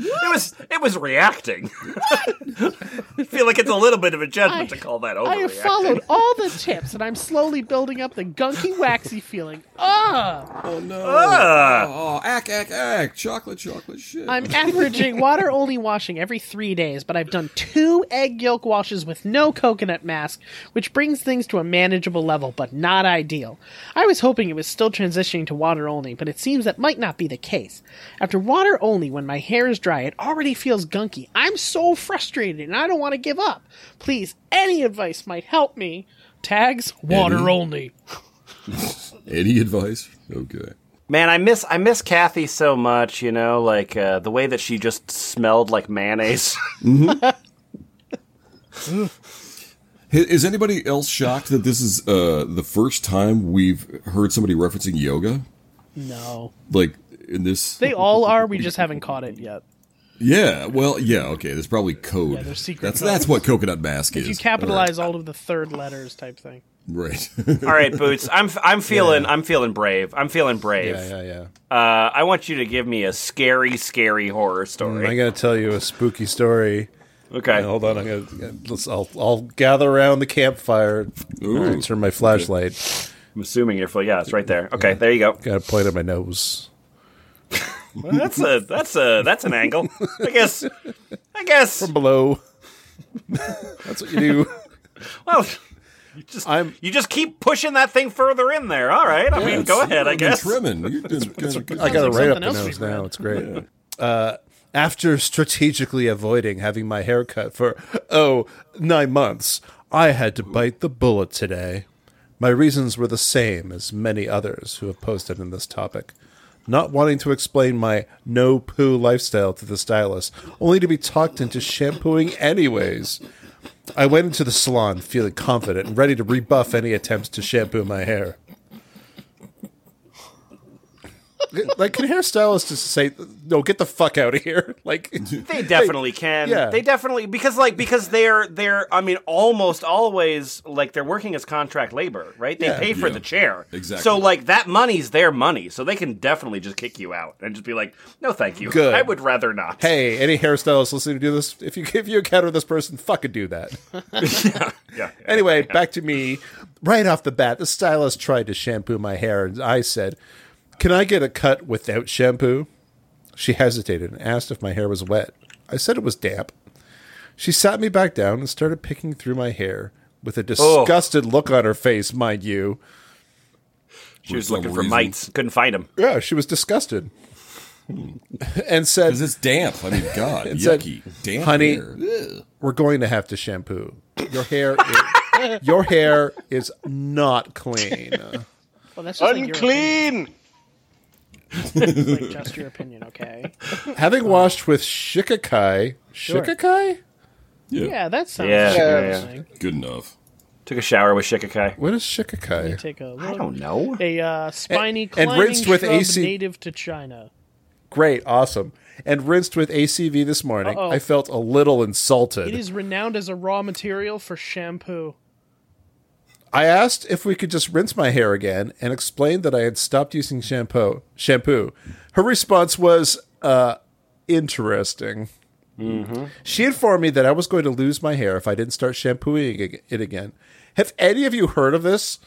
B: It was it was reacting. *laughs* I feel like it's a little bit of a judgment to
C: I-
B: call that
C: I have
B: overreacting.
C: followed all the tips, and I'm slowly building up the gunky, waxy feeling. Ugh!
F: Oh no.
B: Ah,
F: Oh, ack, ack, ack. Chocolate, chocolate shit.
C: I'm averaging water only washing every three days, but I've done two egg yolk washes with no coconut mask, which brings things to a manageable level, but not ideal. I was hoping it was still transitioning to water only, but it seems that might not be the case. After water only, when my hair is dry, it already feels gunky. I'm so frustrated and I don't want to give up. Please, any advice might help me. Tags, water
F: Any?
C: only.
F: Any advice? Okay.
B: man, I miss I miss Kathy so much. You know, like uh, the way that she just smelled like mayonnaise. *laughs*
F: H- Is anybody else shocked that this is uh, the first time we've heard somebody referencing yoga?
C: No.
F: Like in this?
C: They all are. We just haven't caught it yet.
F: yeah. Well, yeah. Okay. There's probably code.
C: there's secret
F: that's
C: codes.
F: that's what coconut mask is.
C: You capitalize all of the third letters type thing.
F: Right.
B: all right, *laughs* Boots. I'm I'm feeling I'm feeling brave. I'm feeling brave.
A: Yeah, yeah, yeah.
B: Uh, I want you to give me a scary, scary horror
A: And I
B: story.
A: gotta tell you a spooky story.
B: okay.
A: Now, hold on, I'm gonna. Let's, I'll, I'll gather around the campfire.
F: Ooh.
A: and turn my flashlight.
B: I'm assuming you're full. Yeah, it's right there. Okay, there you go.
A: Got to point at my nose.
B: That's a that's a that's an angle. I guess. I guess.
A: Below. *laughs* That's what you do.
B: Well, you just
A: I'm-
B: you just keep pushing that thing further in there. All right. I mean, go ahead. I guess.
F: Trimming. You're doing good.
A: I got it
C: Sounds like
A: right up
C: something
A: the
C: else
A: nose
C: we've
A: now. It's great. Uh, after strategically avoiding having my hair cut for, oh, nine months, I had to bite the bullet today. My reasons were the same as many others who have posted in this topic. Not wanting to explain my no poo lifestyle to the stylist, only to be talked into shampooing anyways. I went into the salon feeling confident and ready to rebuff any attempts to shampoo my hair. like can hairstylists just say no get the fuck out of here *laughs* like
B: They definitely can.
A: yeah.
B: They definitely because like because they're they're I mean almost always like they're working as contract labor, right? They
A: Yeah.
B: pay for
F: Yeah.
B: the chair.
F: Exactly.
B: So like that money's their money, so they can definitely just kick you out and just be like, "No, thank you.
A: Good.
B: I would rather not."
A: hey any hairstylist listening to do this if you *laughs* if you encounter this person fucking do that
B: *laughs* Yeah.
A: *laughs* anyway back to me right off the bat the stylist tried to shampoo my hair and i said can i get a cut without shampoo she hesitated and asked if my hair was wet i said it was damp she sat me back down and started picking through my hair with a disgusted look on her face mind you
B: She was
F: some
B: looking for
F: reason.
B: mites, couldn't find them.
A: yeah she was
B: *laughs*
A: disgusted and said
F: Because it's damp. I mean, God,
A: said,
F: yucky. Damp
A: "Honey,
F: hair. Ugh.
A: we're going to have to shampoo. Your hair
C: *laughs*
A: is, your hair is not clean.
C: Well, that's just
D: Unclean.
C: Like your opinion. Like, just your opinion, okay?
A: Having
C: Oh.
A: washed with shikakai, shikakai?
F: Yeah.
C: Yeah, that sounds
B: Yeah, yeah, yeah.
C: interesting.
F: Good enough.
B: Took a shower with Shikakai.
A: What is shikakai?
C: Take a
B: I
C: look.
B: don't know.
C: A uh, spiny
A: And- and
C: climbing
A: rinsed with
C: shrub
A: AC
C: native to China.
A: Great, awesome. And rinsed with ACV this morning.
C: Uh-oh.
A: I felt a little insulted.
C: It is renowned as a raw material for shampoo.
A: I asked if we could just rinse my hair again and explained that I had stopped using shampoo. Shampoo. Her response was uh, interesting. She informed me that I was going to lose my hair if I didn't start shampooing ag- it again. Have any of you heard of this?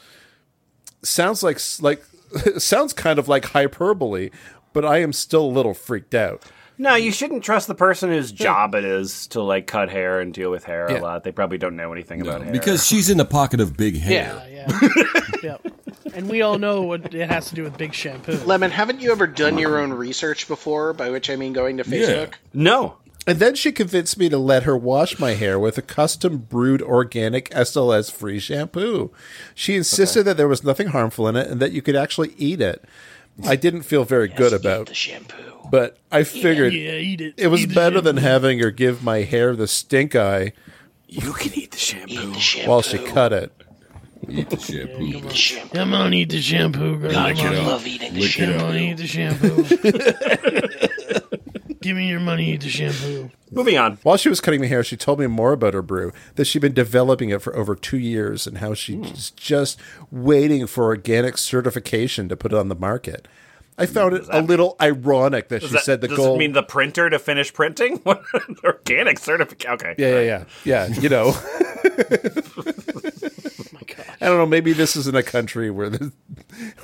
A: Sounds like like *laughs* sounds kind of like hyperbole, but I am still a little freaked out.
B: No, you shouldn't trust the person whose job it is to like cut hair and deal with hair
A: Yeah.
B: a lot. They probably don't know anything about hair.
F: Because she's in the pocket of big hair.
C: Yeah, Uh,
A: *laughs*
C: yeah. yep. And we all know what it has to do with big shampoo.
D: Lemon, haven't you ever done your own research before? By which I mean going to Facebook.
B: no,
A: And then she convinced me to let her wash my hair with a custom brewed organic SLS free shampoo. She insisted that there was nothing harmful in it and that you could actually eat it. I didn't feel very good about
D: the shampoo.
A: but I figured
C: yeah, eat it.
A: it was
C: Eat the
A: better
C: shampoo.
A: than having her give my hair the stink eye
B: you can eat the shampoo.
D: The shampoo.
A: while she cut it.
F: Eat the shampoo.
D: the shampoo.
C: Come on, eat the shampoo, girl. Come
F: it
C: on,
F: up.
D: Love eating
A: *laughs*
D: the
F: Lick it
D: shampoo.
F: up.
C: eat the shampoo. Give me your money, the shampoo.
B: Moving on.
A: While she was cutting my hair, she told me more about her brew, that she'd been developing it for over two years and how
B: Hmm.
A: she's just waiting for organic certification to put it on the market. I found it a little ironic that she
B: Does that-
A: said the
B: does
A: goal.
B: it mean the printer to finish printing? *laughs* What an organic certificate. Okay.
A: yeah, yeah, yeah. Yeah, you
B: *laughs*
A: know. *laughs* I don't know. Maybe this isn't a country where the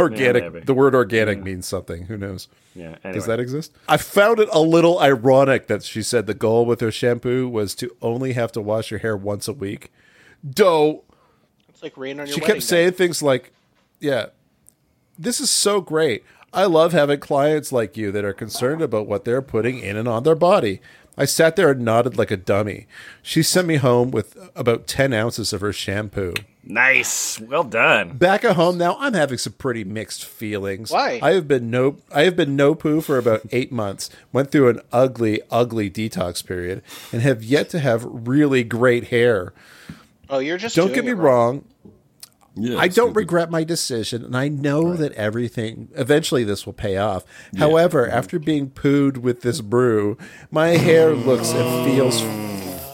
A: organic,
B: maybe.
A: the word organic means something. Who knows?
B: Yeah,
A: Does
B: anyway.
A: that exist? I found it a little ironic that she said the goal with her shampoo was to only have to wash your hair once a week. Doe,
D: It's like rain on your
A: she
D: wedding
A: kept
D: day.
A: saying things like, "Yeah, this is so great. I love having clients like you that are concerned about what they're putting in and on their body." I sat there and nodded like a dummy. She sent me home with about ten ounces of her shampoo.
B: Nice. Well done.
A: Back at home now, I'm having some pretty mixed feelings.
D: Why?
A: I have been no, I have been no poo for about *laughs* eight months. Went through an ugly, ugly detox period, and have yet to have really great hair.
D: Oh, you're just
A: Don't
D: doing
A: get me
D: it
A: wrong,
F: Yeah,
A: I don't
F: stupid.
A: regret my decision, and I know that everything eventually this will pay off. However, after being pooed with this brew, my hair looks and feels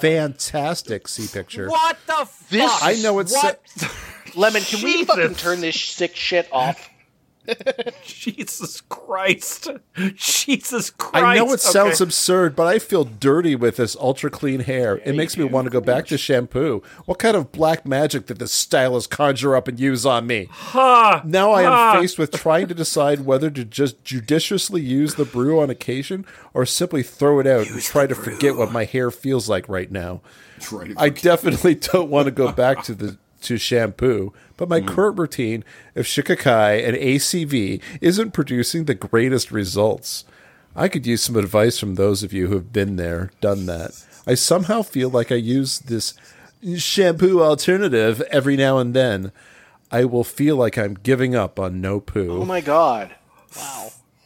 A: fantastic. See picture.
B: What the fuck?
D: This-
A: I know it's
B: What?
D: Lemon, can we
B: *laughs* Jesus.
D: fucking turn this sick shit off?
B: Jesus Christ. Jesus Christ.
A: I know it sounds
B: Okay.
A: absurd, but I feel dirty with this ultra clean hair. it makes me want to go back to shampoo. What kind of black magic did this stylist conjure up and use on me? now I am faced with trying to decide whether to just judiciously use the brew on occasion or simply throw it out and try to forget what my hair feels like right now.
F: Try to
A: I definitely *laughs* don't want to go back to the to shampoo, but my current routine of shikakai and ACV isn't producing the greatest results. I could use some advice from those of you who have been there, done that. I somehow feel like I use this shampoo alternative every now and then. I will feel like I'm giving up on no poo.
D: Oh my god.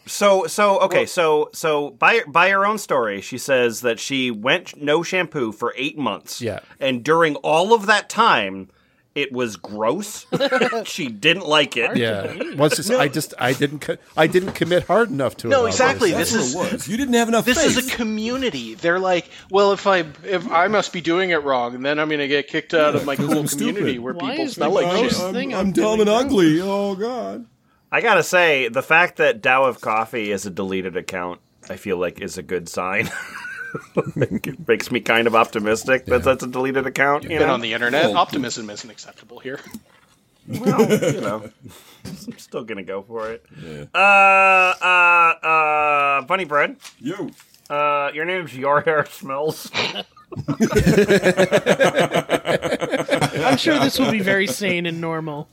B: So so okay, so so by by her own story, she says that she went no shampoo for 8 months.
A: Yeah.
B: And during all of that time, it
A: *laughs*
B: was gross. she didn't like it.
A: yeah. Once it's, I just I didn't co- I didn't commit hard enough to it.
D: No,
A: Robert.
D: exactly.
F: That's
D: This
F: what
D: is
F: it was. You didn't have enough
D: this
F: faith.
D: is a community. They're like, well, if I if I must be doing it wrong, and then I'm going to get kicked out of my cool
F: I'm
D: community
F: stupid.
D: where
C: Why
D: people
C: is
D: smell
C: the
D: like
C: gross
D: shit.
F: I'm,
C: thing
F: I'm
C: I'm
F: dumb
C: doing
F: and
C: wrong.
F: ugly. Oh God.
B: I gotta say, the fact that Dow of Coffee is a deleted account, I feel like is a
A: *laughs*
B: good sign. Like, it makes me kind of optimistic that that's a deleted account. You
D: Been
B: know,
D: on the internet. Optimism isn't acceptable here.
A: *laughs*
B: well, you know, I'm still gonna go for it. Uh, uh, uh, Bunny Bread.
F: Yo.
B: Uh, your name's Your Hair Smells.
C: I'm sure this will
A: *laughs*
C: be very sane and normal.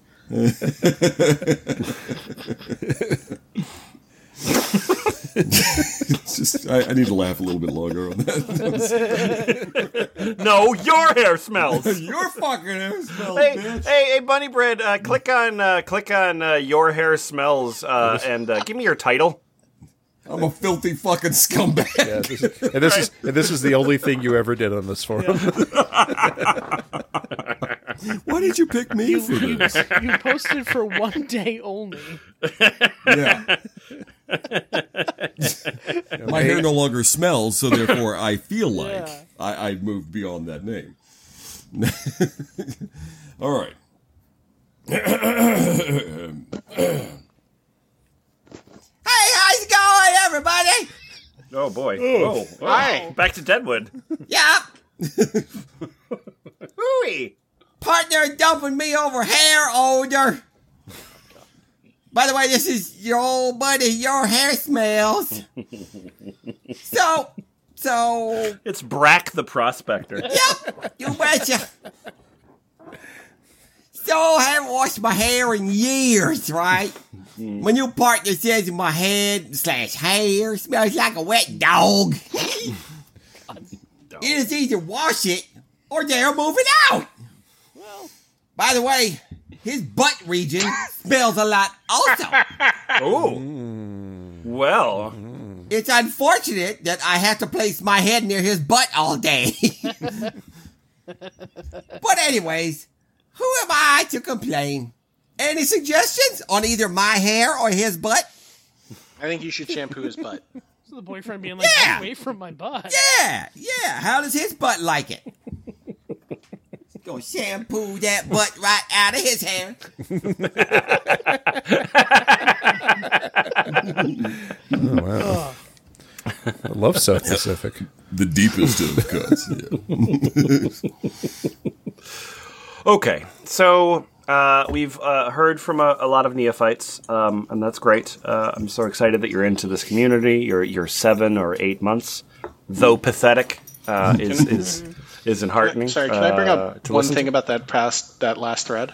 F: It's just I, I need to laugh a little bit longer on that. *laughs*
B: no, Your Hair *laughs* Smells.
F: Your fucking hair smells,
B: Hey, hey, hey, Bunny Bread! Uh, click on, uh, click on uh, your hair smells, uh, and uh, give me your title.
F: I'm a filthy fucking scumbag.
A: Yeah, this is- and this is and this is the only thing you ever did on this forum.
F: Why did you pick me for
C: You,
F: this?
C: you posted for one day only.
F: Yeah. *laughs* My hair no longer smells, so therefore I feel like
C: Yeah.
F: I, I've moved beyond that name. *laughs* All right.
G: Hey, how's it going, everybody?
B: Oh boy! Oh,
D: *laughs* Hi.
B: back to Deadwood.
G: Yup.
B: Hooey!
G: Partner dumping me over hair odor. By the way, this is your old buddy. Your hair smells. So, so,
B: It's Brack the Prospector.
G: yep, you betcha. So, I haven't washed my hair in years, right? My new partner says my head slash hair smells like a wet dog. It is either wash it or they're moving out. By the way, his butt region smells a lot also.
B: Ooh. Well,
G: It's unfortunate that I have to place my head near his butt all day. but anyways, who am I to complain? Any suggestions on either my hair or his butt?
B: *laughs*
D: I think you should shampoo his butt.
C: So the boyfriend being like,
G: Yeah!
C: "Get away from my butt.
G: Yeah, yeah. How does his butt like it? Gonna shampoo that butt right out of his hair.
C: Ugh.
A: I love South Pacific.
F: The deepest of cuts. Yeah.
B: Okay, so uh, we've uh, heard from a, a lot of neophytes, um, and that's great. Uh, I'm so excited that you're into this community. Your your seven or eight months, though pathetic, uh, is is is enheartening.
D: Sorry, can I bring
B: uh,
D: up
B: to
D: one
B: listen
D: thing
B: to.
D: about that past that last thread?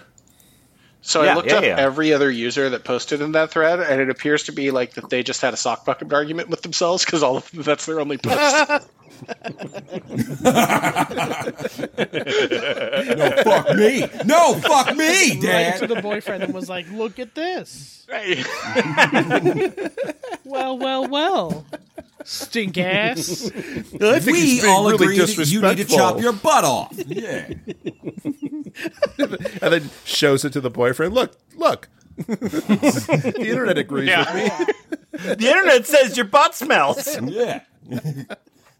D: So
B: Yeah,
D: I looked
B: yeah,
D: up
B: yeah.
D: every other user that posted in that thread, and it appears to be like that they just had a sock bucket argument with themselves because all of that's
B: *laughs*
D: their only post.
F: No, fuck *laughs* me.
G: No, Oh, fuck me,
C: Right to
G: Dad.
C: the boyfriend and was like, "Look at this. *laughs* Well, well, well. Stink ass.
A: I think
G: We all agree that you need to chop your butt off.
F: Yeah.
A: *laughs* and then shows it to the boyfriend. Look, look. *laughs* the internet agrees with me.
B: *laughs* The internet says your butt
D: *laughs*
B: smells.
F: Yeah. *laughs*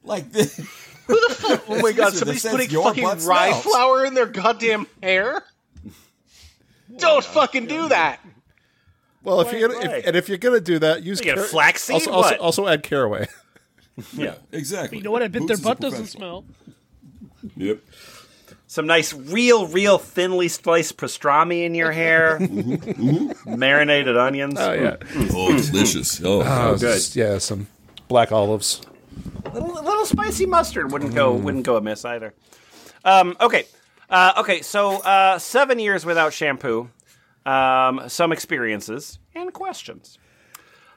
G: Like this.
D: oh my god,
G: This
D: somebody's
G: says
D: putting
G: your
D: fucking
G: butt
D: rye
G: smells.
D: flour in their goddamn hair. Don't fucking do that.
A: Well, if you're gonna,
B: right.
A: if, and if you're gonna do that, use
B: You get
A: car-
B: flaxseed,
A: Also, also,
B: what?
A: also add caraway.
F: Yeah. Exactly.
C: You know what? I bet
F: Boots
C: their
F: is a
C: butt doesn't
F: professional.
C: smell.
F: Yep.
B: Some nice, real, real thinly sliced pastrami in your hair,
D: Mm-hmm.
B: marinated onions.
A: Oh yeah,
F: Oh, delicious. Oh,
A: *laughs* Just, yeah, some black olives.
B: little, little spicy mustard wouldn't go wouldn't go amiss either. Um, okay, uh, okay. So uh, seven years without shampoo, um, some experiences and questions.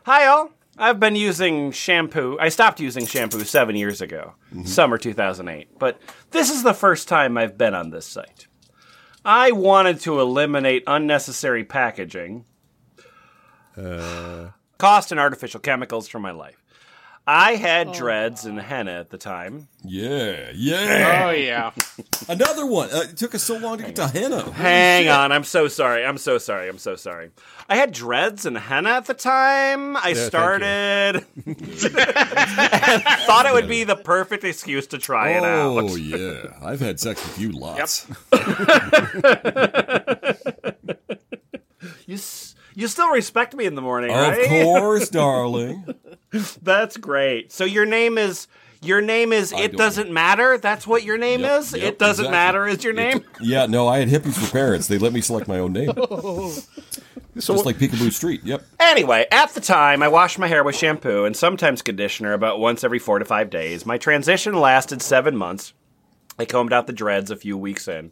B: Hi all. I've been using shampoo. I stopped using shampoo seven years ago, summer 2008. But this is the first time I've been on this site. I wanted to eliminate unnecessary packaging, cost, and artificial chemicals from my life. I had dreads and henna at the time.
F: yeah, yeah.
D: Oh yeah.
F: Another one. Uh, it took us so long to get to henna.
B: Hang on, I'm so sorry. I'm so sorry. I'm so sorry. I had dreads and henna at the time. I
A: you.
F: *laughs*
B: started and thought it would be the perfect excuse to try it out.
F: Oh yeah, I've had sex with you lots.
B: You s- you still respect me in the morning,
F: Of
B: right?
F: course, darling.
B: *laughs* That's great. So your name is your name is it
F: don't-
B: doesn't matter. That's what your name
F: Yep,
B: is.
F: yep,
B: it doesn't
F: exactly.
B: matter is your name.
F: Yeah, no, I had hippies for parents. They let me select my own name,
A: So
F: just like Peekaboo Street. Yep.
B: Anyway, at the time, I washed my hair with shampoo and sometimes conditioner about once every four to five days. My transition lasted seven months. I combed out the dreads a few weeks in,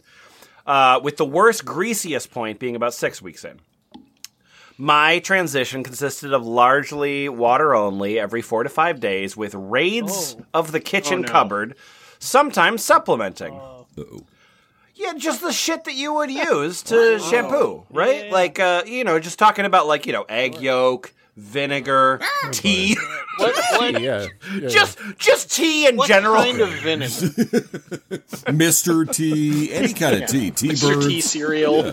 B: uh, with the worst, greasiest point being about six weeks in. My transition consisted of largely water only every four to five days, with raids of the kitchen cupboard, sometimes supplementing.
F: Uh-oh.
B: Yeah, just the shit that you would use to shampoo, right? Like, uh, you know, just talking about like you know egg yolk, vinegar, *laughs* tea,
D: What, what,
A: yeah, yeah.
B: *laughs* just just tea in
D: what
B: general.
D: kind of vinegar?
F: Mr. T, any kind of tea, T
D: Mr. T
F: birds.
D: cereal.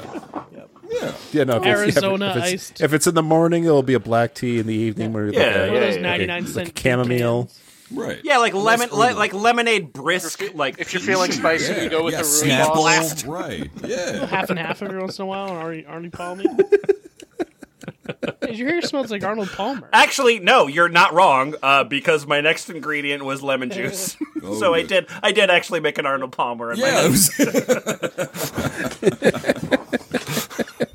A: yeah, no, if it's-
C: Arizona
A: if it's,
C: iced.
A: If it's in the morning, it'll be a black tea. In the evening, we're
B: Yeah,
A: like
C: One of
A: a,
C: those
B: yeah, yeah.
C: ninety-nine cent
A: like chamomile.
C: cans.
F: Right.
B: yeah, like lemon,
F: Unless
B: le-
F: herbal.
B: like lemonade brisk, like
D: If you're feeling spicy, you go with
F: yeah,
D: the roux
F: Snapple,
D: sauce.
F: Right.
C: *laughs*
F: Yeah.
C: half and half every once in a while, and Arnie, Arnie Palmer. Your hair smells like Arnold Palmer.
B: Actually, no, you're not wrong. Uh, because my next ingredient was
D: *laughs*
B: lemon juice,
D: Oh,
B: *laughs* so I
F: good.
B: did I did actually make an Arnold Palmer. In my
F: Yeah.
B: head.
F: It was,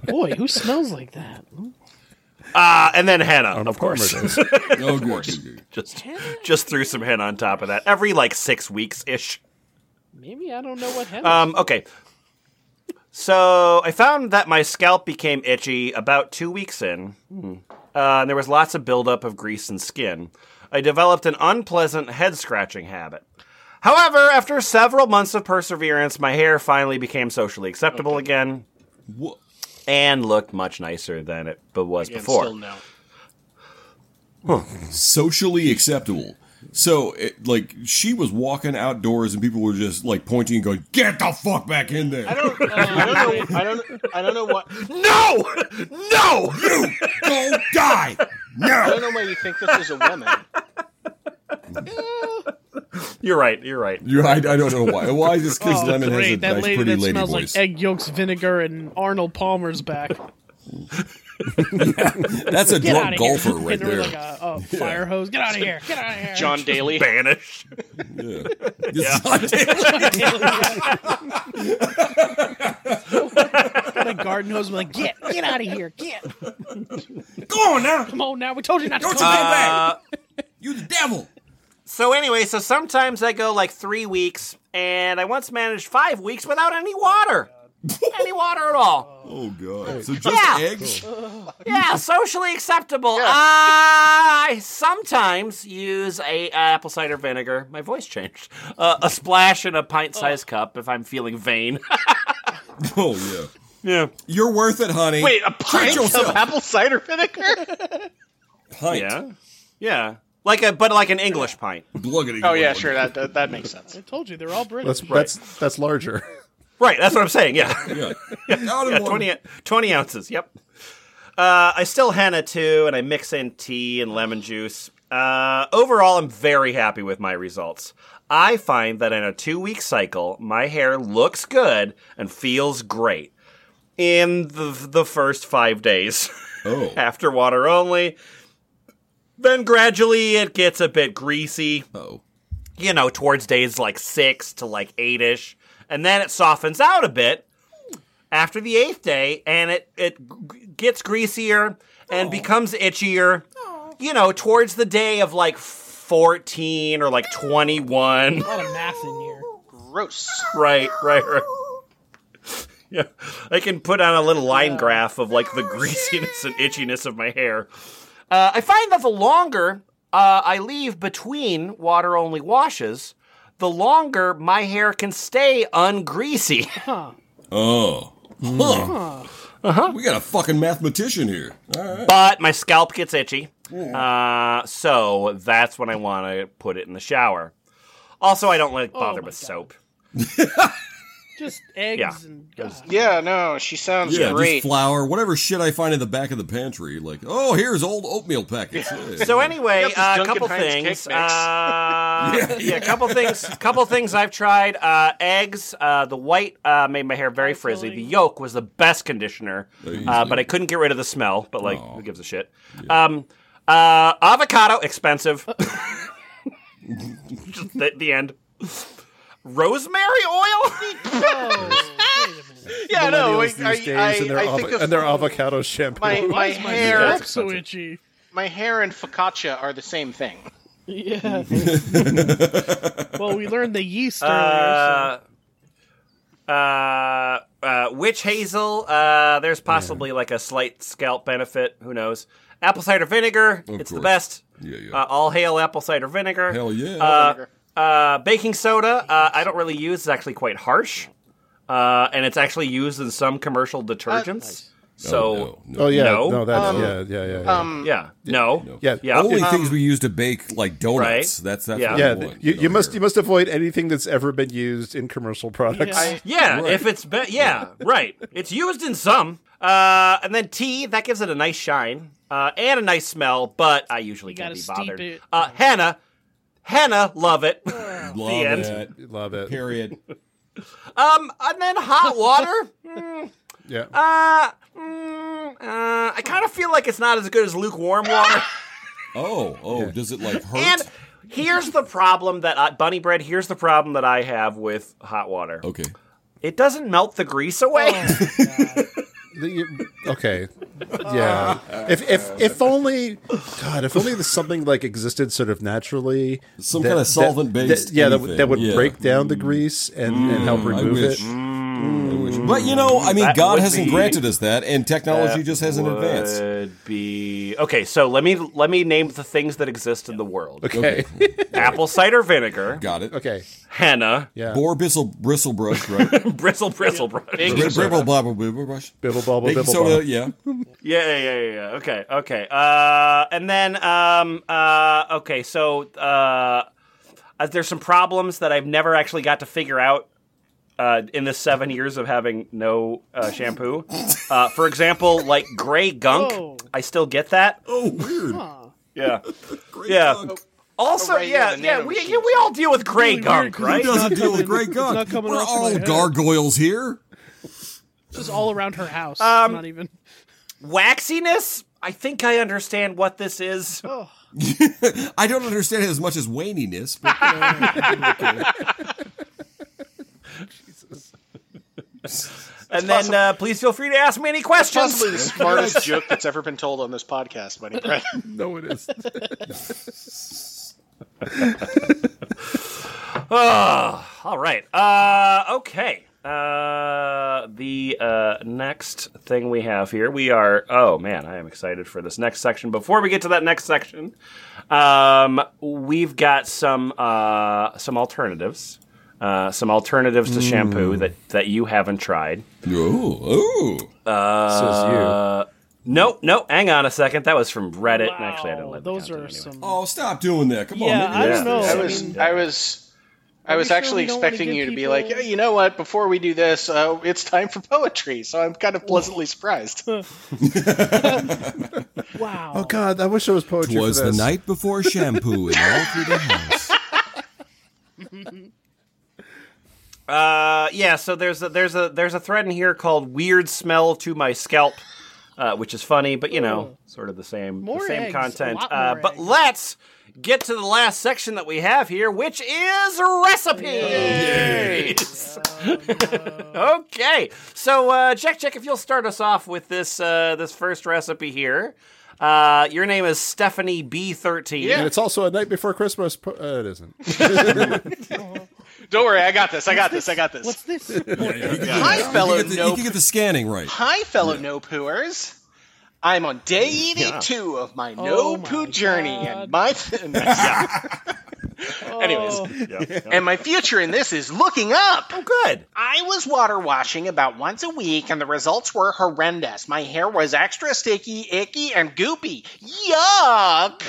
C: Boy, who smells like that?
B: uh, and then henna, of course.
F: *laughs* oh, good.
B: just just threw some henna on top of that every like six weeks ish.
C: Maybe I don't know what happened.
B: Um, okay. So I found that my scalp became itchy about two weeks in, uh, and there was lots of buildup of grease and skin. I developed an unpleasant head scratching habit. However, after several months of perseverance, my hair finally became socially acceptable again
F: Wha-
B: and looked much nicer than it b- was
D: And
B: before.
D: still no.
F: Socially acceptable. So, it, like, she was walking outdoors and people were just, like, pointing and going, Get the fuck back in there.
D: I don't, uh, I don't know. I don't. I don't know what. I
B: No, no.
F: Go die. No.
D: don't know why you think this is a woman.
B: You're right. You're right.
F: You, I, I don't know why. Why is this because
C: Oh,
F: Lemon has a
C: great. That
F: nice,
C: lady
F: pretty
C: that
F: lady
C: smells
F: voice?
C: like egg yolks, vinegar, and Arnold Palmer's back.
F: That's a
C: Get out of
F: drunk
C: here. *laughs*
F: golfer right
C: Hitting her
F: there.
C: Like a, a fire hose. Get out of here. Get out of here.
D: John Daly.
B: Banished.
C: Got a garden hose. I'm like, get, get out of here. Get.
G: Go on now.
C: Come on now. We told you not to
G: Don't you
C: come.
G: go
C: Uh,
G: back. You the devil.
B: So anyway, so sometimes I go like three weeks, and I once managed five weeks without any water, any water at all.
F: Oh god! So just
B: Yeah.
F: eggs?
B: Yeah, socially acceptable. I sometimes use a uh, apple cider vinegar. My voice changed. Uh, a splash in a pint-sized cup if I'm feeling vain.
F: *laughs*
B: *laughs*
F: Oh yeah.
B: yeah.
F: You're worth it, honey.
D: Wait, uh, a pint of
F: yourself.
D: apple cider vinegar?
F: pint.
B: Yeah. Yeah. Like a but like an English pint.
F: Bluggity
D: *laughs* Oh yeah,
F: glug.
D: sure. That that, that makes sense.
C: I told you. They're all British.
B: *laughs*
A: That's that's that's larger.
B: Right, that's what I'm saying. Yeah.
F: Yeah. Out of
B: Yeah,
F: one.
B: 20, 20 ounces. Yep. Uh, I still henna too, and I mix in tea and lemon juice. Uh, overall, I'm very happy with my results. I find that in a two week cycle, my hair looks good and feels great in the, the first five days *laughs*
F: Oh.
B: after water only. Then gradually it gets a bit greasy
F: Oh.
B: you know, towards days like six to like eight ish, and then it softens out a bit after the eighth day, and it it g- gets greasier and becomes itchier. You know, towards the day of like fourteen or like twenty one.
C: a lot of math in here.
D: Gross.
B: right, right, *laughs* right. Yeah, I can put on a little line graph of like the greasiness and itchiness of my hair. Uh, I find that the longer uh, I leave between water only washes, the longer my hair can stay ungreasy. *laughs*
F: Oh. Huh. We got a fucking mathematician here. All right.
B: but my scalp gets itchy. Uh, so that's when I want to put it in the shower. Also, I don't like bother
C: my
B: with
C: God.
B: soap.
C: Just eggs
B: Yeah.
C: and
D: Yeah, no, she sounds
F: Yeah,
D: great.
F: just flour, whatever shit I find in the back of the pantry. Like, oh, here's old oatmeal packets. Yeah.
D: *laughs*
B: So anyway,
D: Yep, this
B: uh, a
D: Duncan
B: couple
D: Hines cake
B: things.
D: mix.
B: Uh, yeah, a couple things. Couple things I've tried. Uh, eggs. Uh, the white uh, made my hair very frizzy. The yolk was the best conditioner, uh, but I couldn't get rid of the smell. But like, who gives a shit? Um, uh, avocado expensive. Just the, the end. Rosemary oil.
D: yeah, no, I,
A: Millennials
D: I,
A: these days
D: I,
A: and, their
D: I
A: avo-
D: think of
A: and their avocado shampoo.
D: my, my
C: my
D: hair,
C: back so itchy.
D: my hair and focaccia are the same thing.
C: Yeah. well, we learned the yeast earlier.
B: Uh, uh, uh, witch hazel. Uh, there's possibly like a slight scalp benefit. Who knows? Apple cider vinegar. it's the
F: course.
B: best.
F: Yeah, yeah.
B: Uh, all hail apple cider vinegar.
F: Hell yeah.
B: Uh, uh, baking soda. Uh, I don't really use. It's actually quite harsh, uh, and it's actually used in some commercial detergents. So
F: no, no.
A: oh yeah,
B: no.
A: no, that's yeah, yeah, yeah, yeah.
B: yeah, no,
A: yeah, oh,
B: yeah.
F: Only things we use to bake like donuts.
B: Uh, um, Right.
F: That's that's
B: Yeah.
F: what
A: yeah.
F: we want.
A: You,
F: No,
A: you must
F: here.
A: you must avoid anything that's ever been used in commercial products.
C: I-
B: Yeah, if it's be- yeah, right. It's used in some. Uh, and then tea that gives it a nice shine uh, and a nice smell, but I usually can't
C: gotta
B: be
C: steep
B: bothered.
C: it.
B: Uh, henna, henna, love
C: *laughs*
B: it.
F: love
B: end.
F: that.
A: Love it.
F: Period.
B: um, and then hot
C: *laughs*
B: water.
A: Yeah.
B: Uh, mm, uh, I kind of feel like it's not as good as lukewarm water.
F: Oh, oh, does it like hurt?
B: and here's the problem that I, bunny bread. Here's the problem that I have with hot water.
F: okay.
B: It doesn't melt the grease away.
C: Oh.
A: The- you- okay.
B: *laughs*
A: Yeah. If if if only God, if only there's something like existed sort of naturally.
F: Some kind of solvent-based
A: That, yeah, that, would- that would
F: anything, yeah. Mm.
A: break down the grease and, and help
F: I
A: remove
F: wish.
A: it. Mm.
F: I wish. But you know, I mean,
B: That
F: God
B: would
F: hasn't
B: be-
F: granted us that, and technology just hasn't advanced.
B: Would be okay. So let me let me name the things that exist in the world:
A: Okay.
B: apple cider vinegar,
F: Got it.
A: *laughs* okay.
B: henna, *laughs*
A: Yeah.
F: Boar bristle bristle brush,
A: *laughs*
F: right?
B: bristle bristle brush.
F: Bri- bristle blah, blah, blah, blah, brush.
A: Bibble bobble
F: Baking
A: bibble
F: soda,
A: bobble.
F: yeah.
B: *laughs* Yeah, yeah, yeah, yeah, yeah. Okay, okay. Uh, and then um, uh, okay. So uh, uh, there's some problems that I've never actually got to figure out. Uh, in the seven years of having no uh, shampoo, uh, for example, like gray gunk,
C: Oh.
B: I still get that.
F: Oh, weird.
B: Yeah, yeah.
F: gunk.
B: Also,
D: Array
B: yeah,
D: of the
B: yeah,
D: nano
B: we
D: machines.
B: yeah, we all deal with gray gunk,
F: Who
B: right?
F: doesn't deal with
C: coming-
F: Grey
C: it's
F: Gunk?
C: not coming
F: We're
C: off my
F: all
C: head.
F: gargoyles here. *laughs*
C: Just all around her house.
D: Um,
C: not even.
B: Waxiness. I think I understand what this
D: *laughs*
B: is.
D: Oh,
F: I don't understand it as much as waniness, *laughs* but uh,
B: And then uh, please feel free to ask me any questions.
D: Possibly
B: *laughs*
D: the *laughs* smartest joke that's ever been told on this podcast, *laughs* Bunny Brett.
A: No, it is.
B: All right. Uh, okay. Uh, the uh, next thing we have here, we are. Oh man, I am excited for this next section. Before we get to that next section, um, we've got some uh, some alternatives, uh, some alternatives to shampoo that that you haven't tried.
F: oh, oh.
B: Uh, no, no, hang on a second. That was from Reddit. and Actually, I didn't
C: Wow,
B: let the
C: those are
B: content anyway.
C: some.
F: Oh, stop doing that. Come
C: Yeah,
F: on.
C: I
F: maybe
C: don't know.
D: I
C: I
D: was,
C: mean,
D: I was, I was
C: sure
D: actually
C: we don't wanna
D: expecting
C: give
D: you to be
C: people-
D: like, "Hey, you know what? Before we do this, uh, it's time for poetry. So I'm kind of pleasantly surprised.
C: wow.
A: Oh God, I wish there was poetry.
F: Twas
A: for
F: the
A: this.
F: night before shampoo and all through the house.
B: Uh, yeah. So there's a, there's a there's a thread in here called "Weird Smell to My Scalp," uh, which is funny, but you know, sort of the same the
C: More
B: same
C: eggs,
B: content.
C: a lot
B: uh,
C: more
B: but
C: eggs.
B: let's get to the last section that we have here, which is recipes. *laughs* okay. So uh, check check if you'll start us off with this uh, this first recipe here. Uh, your name is Stephanie B thirteen.
A: And it's also a night before Christmas. Po- uh, it isn't.
D: Don't worry, I got this. I got this. I got this.
C: What's this?
D: Hi, fellow
F: *laughs* you, can get the, you
D: no.
F: can get the scanning right.
D: Hi, fellow no pooers. I'm on day 82 of my no
C: Oh my
D: poo journey,
C: God.
D: and my anyways,
C: Oh.
D: and my future in this is looking up.
B: Good.
D: I was water washing about once a week, and the results were horrendous. My hair was extra sticky, icky, and goopy. Yuck!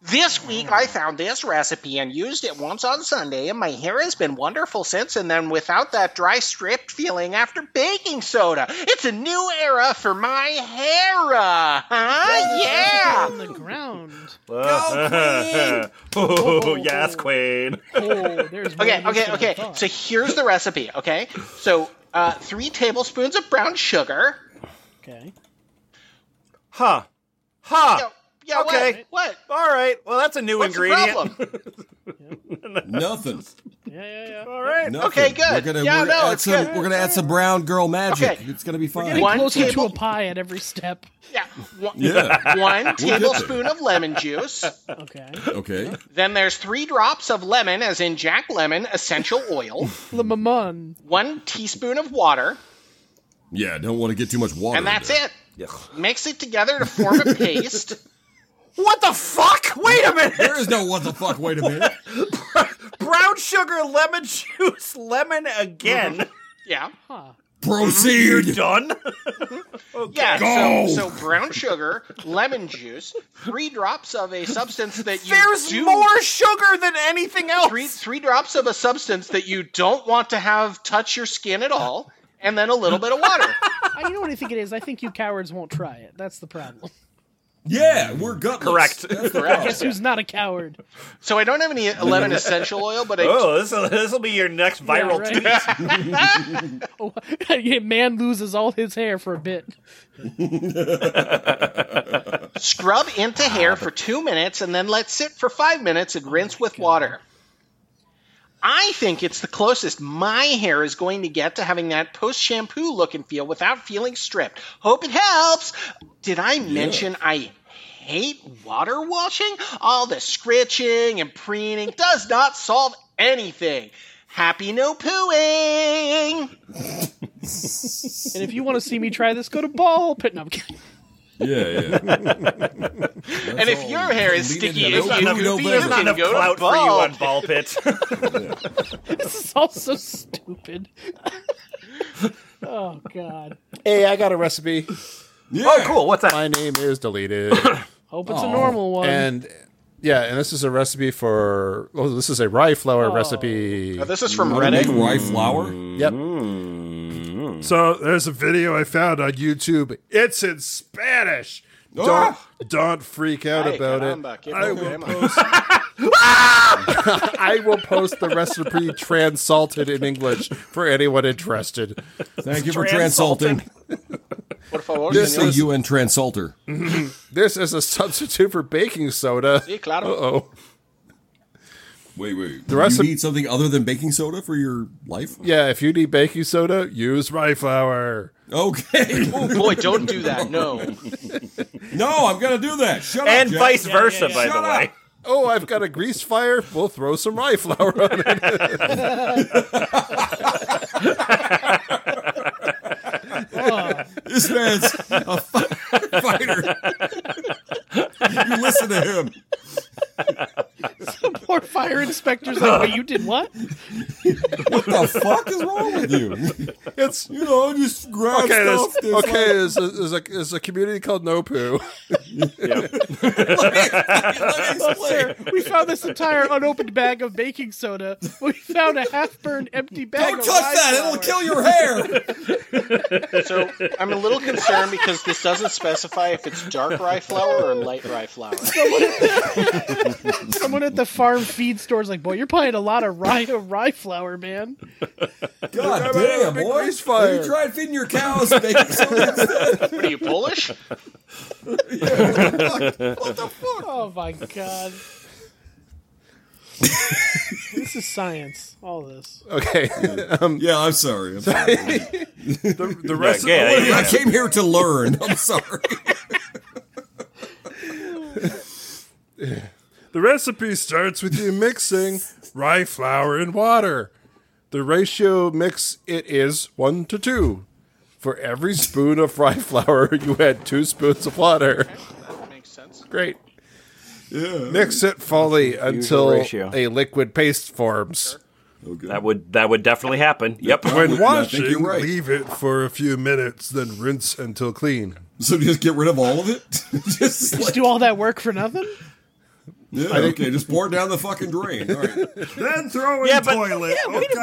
D: This week I found this recipe and used it once on Sunday, and my hair has been wonderful since, and then without that dry, stripped feeling after baking soda. It's a new era for my hair, uh, huh? Yeah!
C: on the ground. uh,
F: Go,
B: Oh, yes, Queen.
C: Oh, there's more
D: Okay,
C: of this
D: okay,
C: than I
D: okay.
C: thought.
D: So here's the recipe, okay? So, uh, three tablespoons of brown sugar.
C: okay.
B: Huh. Huh.
D: Yeah, yeah
B: Okay.
D: what? What?
B: All right. Well, that's a new
D: What's the
B: ingredient.
D: problem?
F: Queen. Nothing.
C: Yeah, yeah, yeah.
B: All right.
F: Nothing.
D: Okay, good.
F: We're gonna,
D: Yeah,
F: we're gonna
D: no,
F: add
D: it's
F: some,
D: good.
F: We're gonna add some brown girl magic.
D: Okay.
F: It's gonna be fine.
C: Getting
D: One
C: closer
D: table-
C: to a pie at every step.
D: *laughs* Yeah. One, *laughs*
F: Yeah.
D: one
F: there.
D: tablespoon of lemon juice.
C: *laughs* Okay.
F: Okay.
D: Then there's three drops of lemon, as in Jack Lemon essential
F: *laughs*
D: oil.
C: Lemon.
D: one teaspoon of water,
F: Yeah. Don't want to get too much water.
D: and that's
F: in there.
D: it. Mix it together to form
F: *laughs*
D: a paste.
B: What the fuck? Wait a minute.
F: There is no what the fuck. Wait a minute.
B: Brown sugar, lemon juice, lemon again.
F: *laughs*
D: Yeah.
F: Proceed.
B: Mm-hmm. *laughs* Done.
D: Yeah.
F: Go!
D: So, so brown sugar, lemon juice, three drops of a substance that you
B: There's
D: do
B: more sugar than anything else.
D: three three drops of a substance that you don't want to have touch your skin at all, and then a little bit of
F: *laughs*
D: water.
C: I, you know what I think it is? I think you cowards won't try it. That's the *laughs* problem.
F: Yeah, we're gutless.
B: Correct.
F: That's the
D: Correct.
C: Guess who's not a coward? *laughs*
D: So I don't have any lemon essential oil, but I
B: Oh, this will this'll be your next viral tweet.
C: Yeah, right? Oh, yeah, man loses all his hair for a bit.
D: scrub into hair for two minutes and then let sit for five minutes and rinse with water. I think it's the closest my hair is going to get to having that post shampoo look and feel without feeling stripped. Hope it helps. Did I mention I hate water washing? All the scritching and preening does not solve anything. Happy no pooing.
C: And if you want to see me try this, go to ball pit. No, I'm kidding.
F: *laughs*
C: *laughs*
F: Yeah, yeah.
D: and if your hair is
F: Leave it in
D: sticky,
F: the
D: as
F: middle.
D: you can
F: No poo,
D: be,
F: no
D: you
F: better.
D: can
B: Enough
D: go
B: clout
D: to
B: for you on ball
D: bald.
B: pit.
C: This is all so stupid. *laughs* oh God.
A: hey, I got a recipe.
B: *laughs* oh, cool. What's that?
A: My name is *coughs* deleted,
C: Hope it's a normal one. *laughs*
A: and yeah, and this is a recipe for. Oh, this is a rye flour recipe.
D: This is from
F: How to make
D: Reddit.
F: rye flour.
A: Yep.
D: Mm-hmm.
A: So there's a video I found on YouTube. It's in Spanish. Don't, don't freak out
D: Ah! Ay,
A: about
D: caramba,
A: it.
D: qué
A: I will,
D: problema.
A: post, I
D: *laughs*
A: will post the recipe transalted in English for anyone interested.
F: Thank you for transalting.
D: Por favor,
F: This
D: señor.
F: is a UN transalter.
A: This is a substitute for baking soda.
D: Sí, claro.
A: Oh,
F: Wait, wait.
A: The rest
F: you
A: of-
F: need something other than baking soda for your life?
A: yeah. If you need baking soda, use rye flour.
F: Okay.
D: Oh boy, don't do that. No.
F: no, I'm gonna do that. Shut up.
B: and
F: Jack.
B: vice versa, by
F: Shut
B: the
F: up.
B: way.
A: Oh, I've got a grease fire. We'll throw some rye flour on *laughs* it.
F: *laughs* This man's a fi- fighter. you listen to him.
C: Poor fire inspector's like, wait, you did *laughs* what?
F: What the fuck is wrong with you?
A: It's
F: You know, just grab
A: okay.
F: stuff.
A: There's,
F: that's
A: okay, there's a, there's, a, there's a community called No Poo. *laughs*
F: Like, let me explain.
C: Sir, we found this entire unopened bag of baking soda. We found a half burned empty bag
F: Don't
C: of
F: touch
C: rye
F: that. It'll
C: flour.
F: kill your hair.
D: So I'm a little concerned because this doesn't specify if it's dark rye flour or light rye *laughs* flour.
C: Someone at the farm feed store's like, boy, you're buying a lot of rye, *laughs* rye flour, man.
A: Grab
F: God
A: it out of
F: damn,
A: the big
F: boy.
A: grease fire.
F: Have you tried feeding your cows baking soda instead?
D: What are you Polish?
C: Oh my god. this is science. All this.
A: Okay,
F: *laughs* *laughs* Yeah, I'm sorry. I'm sorry.
A: the, the rest
B: Yeah,
A: of
B: yeah,
F: I came here to learn. I'm sorry.
A: The recipe starts with you mixing rye flour and water. The ratio mix it is one to two. For every spoon of rye flour, *laughs* you add two spoons of water.
D: That makes sense.
A: Great. Mix it fully until
B: ratio.
A: a liquid paste forms.
F: Okay.
B: *laughs* That would that would definitely happen. Yep.
A: When
F: I think you're
A: washing,
F: right.
A: leave it for a few minutes, then rinse until clean.
F: *laughs* So just get rid of all of it. *laughs* just like,
C: Do all that work for nothing?
F: yeah, okay, just pour it down the fucking drain. All right.
H: Then throw in
B: Yeah, but-
H: toilet.
B: *laughs*
H: okay.
B: but,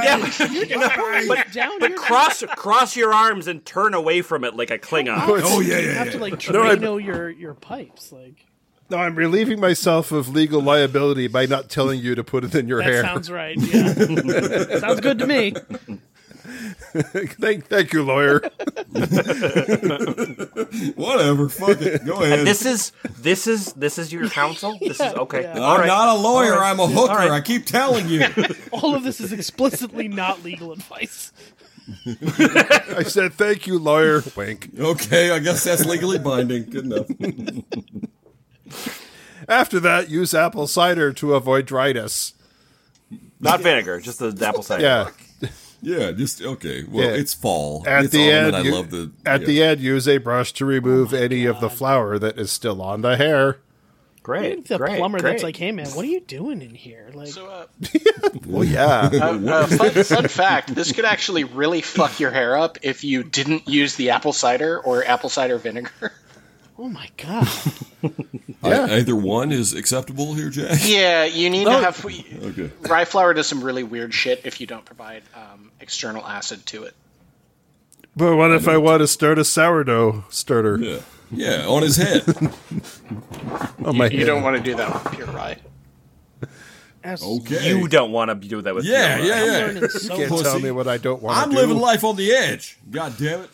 C: down
B: but *laughs*
C: here.
B: cross cross your arms and turn away from it like a Klingon.
F: Oh yeah,
C: You
F: yeah,
C: have
F: yeah.
C: to like
A: I-
C: Drano your your pipes. Like
A: No, I'm relieving myself of legal liability by not telling you to put it in your
C: that
A: hair.
C: sounds right. Yeah, sounds good to me.
A: *laughs* thank, thank you, lawyer.
F: Whatever. Fuck it. Go ahead.
B: This is this is this is your
C: *laughs*
B: counsel. This is okay.
C: yeah.
F: I'm
B: All right.
F: not a lawyer. I'm a hooker.
B: right.
F: I keep telling you.
C: All of this is explicitly not legal advice.
A: I said, thank you, lawyer. Wink.
F: okay, I guess that's legally binding. Good enough.
A: After that, use apple cider to avoid dryness.
B: Not vinegar, just the apple cider.
A: Yeah.
F: Yeah, just okay. Well,
A: Yeah.
F: it's fall.
A: At
F: it's
A: the
F: autumn,
A: end,
F: and I
A: you-
F: love the
A: at
F: yeah.
A: the end, use a brush to remove
B: Oh
A: any of the flour that is still on the hair.
C: Even
B: Great.
C: the
B: great,
C: plumber
B: great.
C: that's like, "Hey man, what are you doing in here?" Like,
D: So, uh,
F: Oh,
A: Well, yeah.
D: uh, uh, fun, fun fact this could actually really fuck your hair up if you didn't use the apple cider or apple cider vinegar. *laughs*
C: oh my
B: *laughs*
C: god,
F: I- either one is acceptable here, Jack.
D: Yeah, you need
A: Oh.
D: to have.
F: Okay.
D: Rye flour does some really weird shit if you don't provide um, external acid to it.
A: *laughs* but what if I want to start a sourdough starter
F: Yeah. Yeah, on his head.
A: on my
D: You
A: hair?
D: don't want to do that with pure rye.
C: That's-
F: Okay.
B: you don't want to do that with your-
F: yeah,
C: I'm
F: yeah, yeah.
C: learning so
A: Can't
C: much.
A: tell
F: pussy.
A: me what I don't want
F: I'm
A: to do.
F: living life on the edge. God damn it.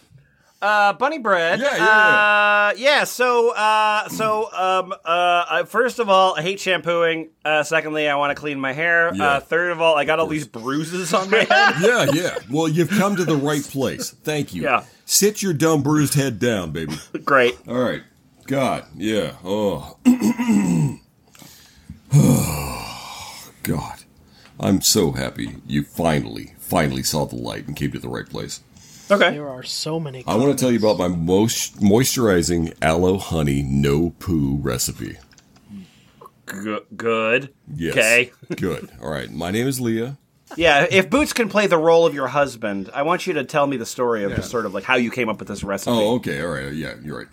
B: Uh, bunny bread.
F: Yeah, yeah.
B: Uh, yeah. So, uh, so, um, uh, uh, first of all, I hate shampooing. Uh, secondly, I want to clean my hair.
F: Yeah.
B: Uh, third of all, I got all these bruises on my
F: *laughs*
B: head.
F: Yeah, yeah. Well, you've come to the right place. Thank you.
B: Yeah.
F: Sit your dumb bruised head down, baby.
B: Great.
F: All right. God. Yeah. Oh. *sighs* God. I'm so happy you finally, finally saw the light and came to the right place.
B: Okay.
C: *laughs* There are so many.
F: I want to tell you about my most moisturizing aloe honey no poo recipe.
B: G- good.
F: Yes.
B: Okay.
F: Good. All right. My name is Leah.
B: Yeah. If Boots can play the role of your husband, I want you to tell me the story of just sort of like how you came up with this recipe.
F: Oh, okay. All right. Yeah, you're right.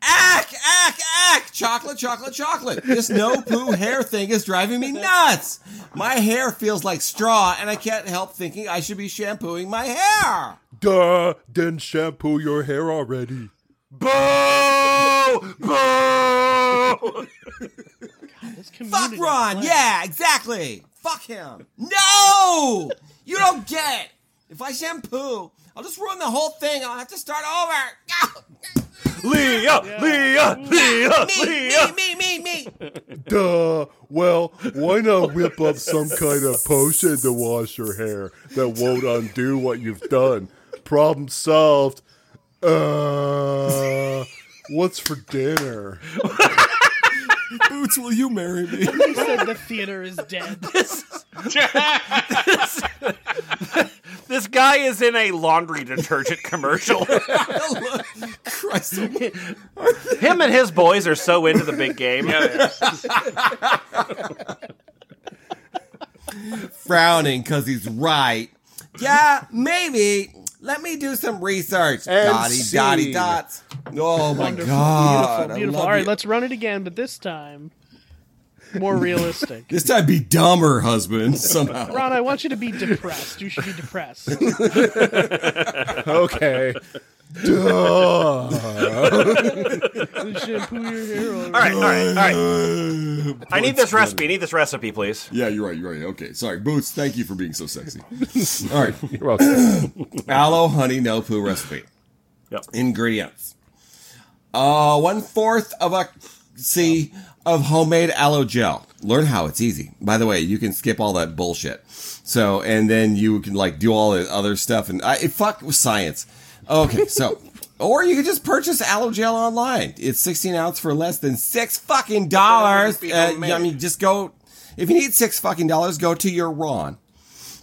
G: Ack, ack, ack! Chocolate, chocolate, chocolate! This no poo hair thing is driving me nuts! My hair feels like
F: Uh,
G: straw, and I can't help thinking I should be shampooing my hair!
A: Duh, then shampoo your hair already.
B: Boo! Boo!
A: *laughs*
B: Boo!
C: This community
F: Fuck Ron.
C: play.
F: Yeah, exactly. Fuck him. No, you don't get it. If I shampoo, I'll just ruin the whole thing. I'll have to start over. Ah,
B: Leah! Leah!
G: *laughs*
B: Leah!
F: me, *laughs*
B: Leah!
F: me, me, me, me.
A: Duh. Well, why not whip up some kind of potion to wash your hair that won't undo what you've done? Problem solved. Uh, what's for dinner?
I: Boots, will you marry *laughs* me?
C: He said the theater is
F: *laughs* Oh
C: dead.
B: This guy is in a laundry detergent commercial.
I: Christ, almighty.
B: Him and his boys are so into the big game.
F: Frowning because he's right. Yeah, maybe. Let me do some research.
A: And
F: Dotty, dotty,
A: scene.
F: *laughs* dots. Oh my
C: Wonderful,
F: god.
C: beautiful,
F: I
C: beautiful.
F: love
C: All right,
F: you.
C: let's run it again, but this time more realistic.
I: This time be dumber, *laughs* husband. Somehow.
C: Ron, I want you to be depressed. You should be
F: *laughs*
C: depressed.
A: Okay. Duh.
C: shampoo your hair. All
B: All right, all right, all right.
I: Uh,
B: I need this recipe. I need this recipe, please.
I: yeah, you're right. You're right. Okay, sorry, Boots. Thank you for being so sexy. All
C: *laughs*
I: right,
A: You're welcome.
I: *coughs*
F: Aloe honey no poo recipe.
B: Yep.
F: Ingredients. Uh, one fourth of a C of homemade aloe gel. Learn how it's easy. By the way, you can skip all that bullshit. So, and then you can like do all the other stuff and I, it fuck with science. Okay. So, *laughs* or you can just purchase aloe gel online. It's 16 ounce for less than six fucking dollars.
D: be
F: Uh,
D: homemade.
F: I mean, just go, if you need six fucking dollars, go to your Ron.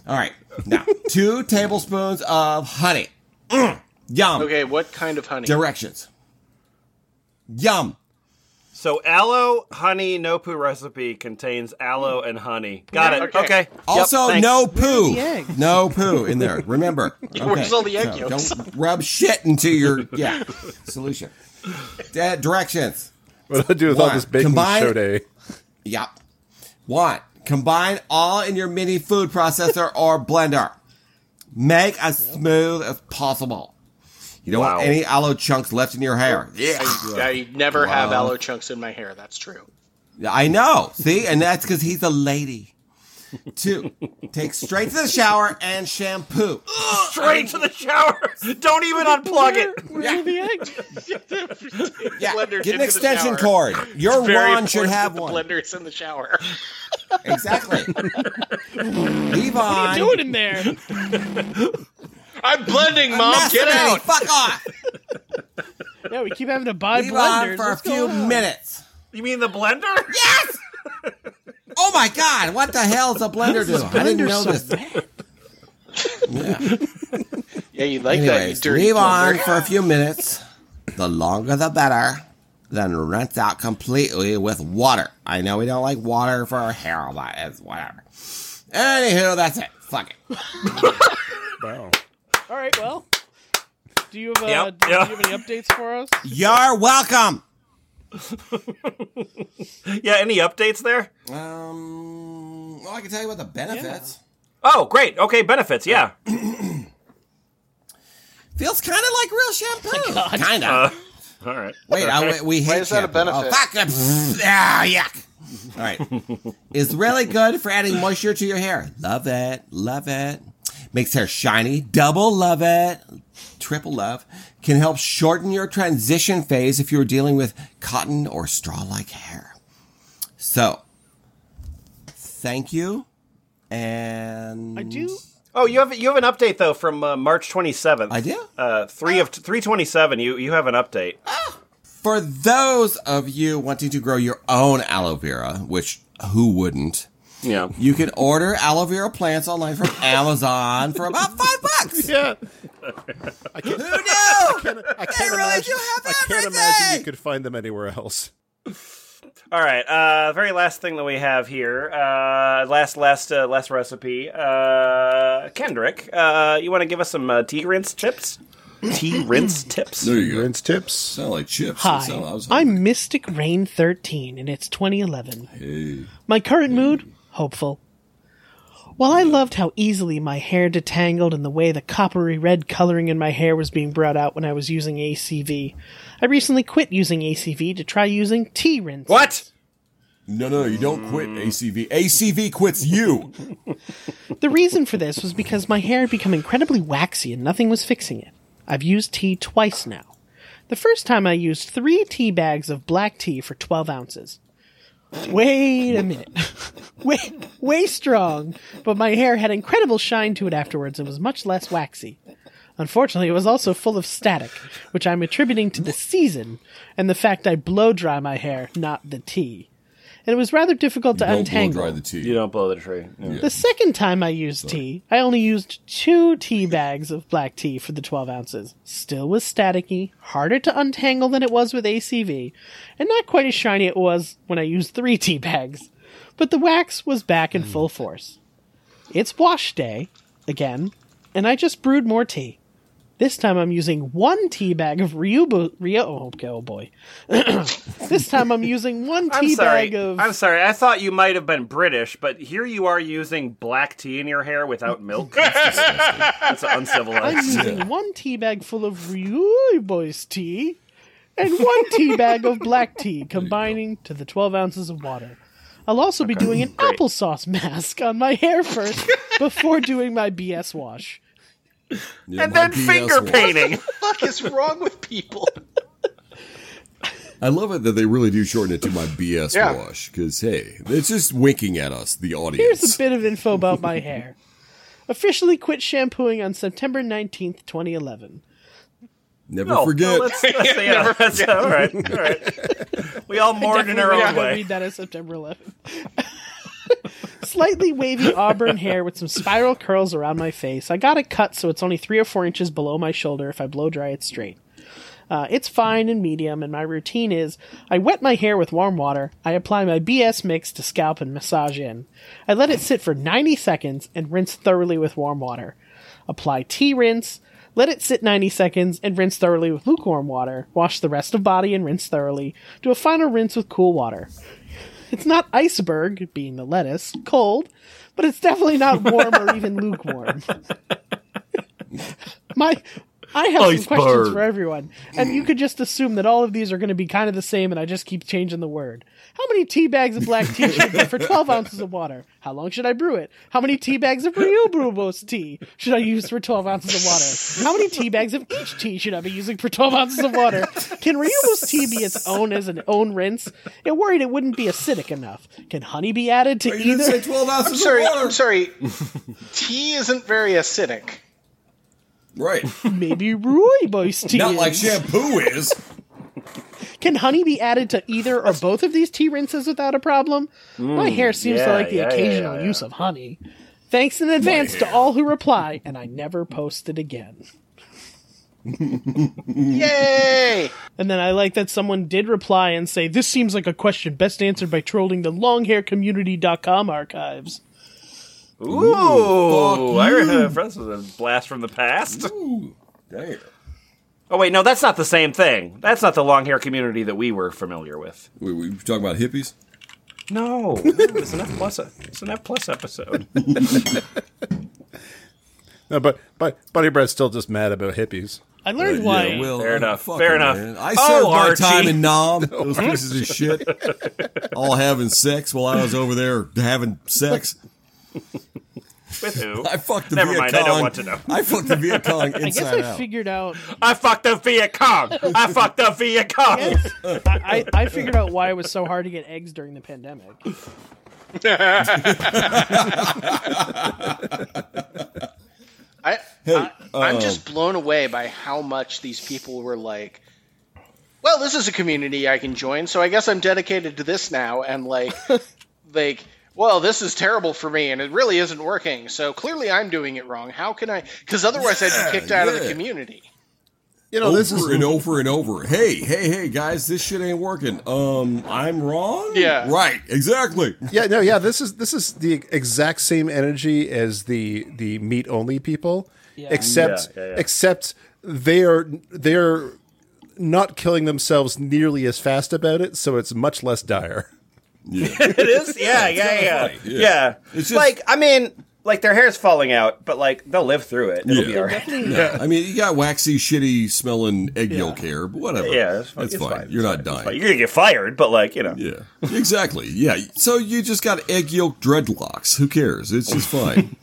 F: All right. Now, two tablespoons of honey. Mm, yum.
D: Okay, what kind of honey?
F: Directions. Yum.
B: So aloe honey no poo recipe contains aloe and honey. Got it.
D: Okay.
B: Okay. Yep,
F: Also,
B: thanks.
F: no poo.
C: the eggs?
F: No poo in there. Remember.
D: *laughs*
F: Okay.
D: Where's all the egg
F: so
D: yolks?
F: Don't rub shit into your yeah solution. Da- directions.
A: What I do with all
F: One.
A: this baking
F: Combine-
A: soda?
F: Yep. One. Combine all in your mini food processor or blender. Make as smooth as possible. You don't
B: Wow.
F: want any aloe chunks left in your hair. Yeah.
D: I never have aloe chunks in my hair. That's true.
F: I know. See, and that's because he's a lady. Two, take straight to the shower and shampoo.
B: Straight to the shower. *laughs* Don't even unplug it.
C: Where are the
F: *laughs*
C: eggs?
F: Yeah,
D: Blender
F: get an
D: into the
F: extension
D: shower.
F: cord. Your
D: Very
F: wand should
D: important
F: have
D: that
F: one.
D: The blender is in the shower.
F: *laughs*
D: *laughs*
F: Exactly. Levon,
C: Doing in there.
D: I'm blending, mom.
F: masturbate.
D: Get out. *laughs*
F: Fuck off.
C: Yeah, we keep having to buy
F: Leave
C: blenders.
F: on for a
C: What's
F: few
C: going on?
F: minutes.
B: You mean the blender?
F: Yes. Oh my God! What the hell is a blender doing? I didn't know
C: so
F: this.
D: Yeah, you like that, you
F: Anyways,
D: dirty
F: leave on
D: blender.
F: for a few minutes. The longer the better. Then rinse out completely with water. I know we don't like water for our hair, but it's whatever. Anywho, that's it. Fuck it.
A: Wow.
C: All right, well. Do you have, uh,
B: Yep,
C: do,
B: yeah.
C: do you have any updates for us?
F: You're welcome.
B: *laughs* Yeah. Any updates there?
F: Um, well, I can tell you about the benefits.
B: Oh, great. Okay. Benefits. Yeah.
F: Feels kind of like real
D: Oh
F: shampoo. kind of.
B: Uh, All right.
F: wait, I, we- we hate
D: is that a
F: shampoo.
D: benefit?
F: Oh, fuck. uh, pfft, Ah, yuck. All
B: *laughs*
F: right. it's really good for adding moisture to your hair. Love it. Love it. Makes hair shiny. Double love it. Triple love. Can help shorten your transition phase if you're dealing with cotton or straw like hair. So, thank you. And
C: I do.
B: Oh, you have you have an update though from uh, March 27th.
F: I do?
B: Uh, three of 327. You you have an update.
F: For those of you wanting to grow your own aloe vera, which who wouldn't,
B: Yeah.
F: you can order aloe vera plants online *laughs* from Amazon for about five *laughs* bucks.
A: Yeah.
F: Who knew?
A: I
F: They
A: can't
F: really
A: imagine.
F: do have
A: I can't imagine
F: everything!
A: you could find them anywhere else.
B: All right. Uh, very last thing that we have here. Uh, last, last, uh, last recipe. Uh, Kendrick, uh, you want to give us some uh, tea rinse tips? Tea rinse tips.
I: there you go.
A: Rinse tips.
I: Sound like chips.
C: Hi,
I: Sound- I was hungry.
C: I'm Mystic Rain 13, and it's 2011. My current mood, hopeful. While I loved how easily my hair detangled and the way the coppery red coloring in my hair was being brought out when I was using ACV, I recently quit using ACV to try using T rinse.
B: What?
F: No, no, no, you don't quit ACV. ACV quits you.
C: The reason for this was because my hair had become incredibly waxy and nothing was fixing it. I've used tea twice now. The first time I used three tea bags of black tea for 12 ounces. Wait a minute. *laughs* way, way strong, but my hair had incredible shine to it afterwards and was much less waxy. Unfortunately, it was also full of static, which I'm attributing to the season and the fact I blow dry my hair, not the tea. And it was rather difficult to
F: Don't blow
C: untangle.
F: dry the tea.
B: You don't blow the tree. Yeah.
C: The second time I used tea, I only used two tea bags of black tea for the 12 ounces. Still was staticky, harder to untangle than it was with ACV, and not quite as shiny it was when I used three *laughs* tea bags. But the wax was back in full force. It's wash day, again, and I just brewed more tea. This time I'm using one tea bag of Ryubu. Ryo, oh, okay, oh boy. *clears throat* this time I'm using one
B: I'm
C: tea
B: sorry.
C: bag of.
B: I'm sorry. I thought you might have been British, but here you are using black tea in your hair without milk. *laughs* That's
C: I'm
B: uncivilized.
C: using one tea bag full of Ryui Boys tea and one tea bag of black tea, combining to the 12 ounces of water. I'll also be doing an applesauce mask on my hair first before doing my BS wash.
F: Yeah,
B: And
F: my
B: then
F: BS
B: finger
F: one.
B: painting.
D: What the fuck is wrong with people?
F: I love it that they really do shorten it to my BS
D: Yeah.
F: wash because hey, it's just winking at us, the audience.
C: Here's a bit of info about my hair. Officially quit shampooing on September 19th, 2011.
F: Never
B: No,
F: forget.
B: no, let's, let's, *laughs* yeah, that's- all right, all right. We *laughs* all mourned in our
C: Definitely
B: own
C: not gonna
B: way.
C: Read that as September 11th. *laughs* Slightly wavy auburn hair with some spiral curls around my face. I got it cut so it's only three or four inches below my shoulder. If I blow dry it straight, uh, it's fine and medium. And my routine is: I wet my hair with warm water. I apply my BS mix to scalp and massage in. I let it sit for 90 seconds and rinse thoroughly with warm water. Apply tea rinse. Let it sit 90 seconds and rinse thoroughly with lukewarm water. Wash the rest of body and rinse thoroughly. Do a final rinse with cool water. It's not iceberg, being the lettuce, cold, but it's definitely not warm or even lukewarm. My, I have some questions
F: Iceberg.
C: for everyone, and you could just assume that all of these are going to be kind of the same, and I just keep changing the word. How many tea bags of black tea should I get for 12 ounces of water? How long should I brew it? How many tea bags of Ryubrubos tea should I use for 12 ounces of water? How many tea bags of each tea should I be using for 12 ounces of water? Can Ryubrubos tea be its own as an own rinse? It worried it wouldn't be acidic enough. Can honey be added to
F: You didn't say
C: either?
F: twelve ounces
D: I'm sorry.
F: of water.
D: I'm
F: *laughs*
D: sorry. Tea isn't very acidic.
F: Right,
C: Maybe Ryubrubos tea.
F: not
C: is.
F: like shampoo is.
C: Can honey be added to either or both of these tea rinses without a problem? My hair seems to
B: Mm, yeah,
C: like the
B: yeah, yeah,
C: occasional
B: yeah, yeah.
C: use of honey. Thanks in advance to all who reply, and I never post it again.
D: Yay!
C: And then I like that someone did reply and say, This seems like a question best answered by trolling the longhaircommunity.com archives.
B: Ooh, I remember this was a blast from the past.
F: Ooh, damn.
B: Oh wait, no, that's not the same thing. That's not the long hair community that we were familiar with.
F: Wait, we talking about hippies?
B: No, *laughs* no, it's an F plus. It's an F plus episode.
A: No, but but Bunny Bread's still just mad about hippies.
C: I learned why.
B: Fair enough,
F: fuck
B: fair
F: it,
B: enough.
F: man. I
B: Oh,
F: served my
B: Archie.
F: time
B: *laughs*
F: in Nam. Those pieces of shit, all having sex while I was over there having sex.
B: With who?
F: *laughs* I fucked the
B: Never
F: Viet
B: mind, I don't
F: Cong.
B: want to know.
F: I fucked the Viet
B: *laughs*
F: Cong inside
C: I guess I
F: out.
C: figured out
B: I fucked the Viet Cong. I fucked the Viet *laughs* Cong.
C: I, I, I figured out why it was so hard to get eggs during the pandemic.
D: I,
F: Hey, um,
D: I'm just blown away by how much these people were like, well, this is a community I can join, so I guess I'm dedicated to this now. And
F: *laughs*
D: like, like, well, this is terrible for me, and it really isn't working. So clearly, I'm doing it wrong. How can I? Because otherwise, I'd be kicked out of the
F: yeah.
D: community.
A: You know,
F: over
A: this is
F: and over and over. Hey, hey, hey, guys, this shit ain't working. Um, I'm wrong.
D: Yeah.
F: right, exactly.
A: yeah, no, yeah. This is this is the exact same energy as the the meat only people, except
B: Yeah, yeah, yeah.
A: except they are they're not killing themselves nearly as fast about it, so it's much less dire. *laughs*
B: It is? *laughs* Yeah, yeah, yeah.
F: funny,
B: Yeah.
F: yeah. It's just-
B: like, I mean, like their hair's falling out, but like they'll live through it. It'll
F: Yeah.
B: be all right.
F: I mean, you got waxy, shitty smelling egg yolk hair, but whatever.
B: Yeah, that's fine. It's
F: fine.
B: fine.
F: You're not
B: Like,
F: dying.
B: you're gonna get fired, but like you know,
F: Yeah, exactly. Yeah. So you just got egg yolk dreadlocks. Who cares? It's just *laughs* fine.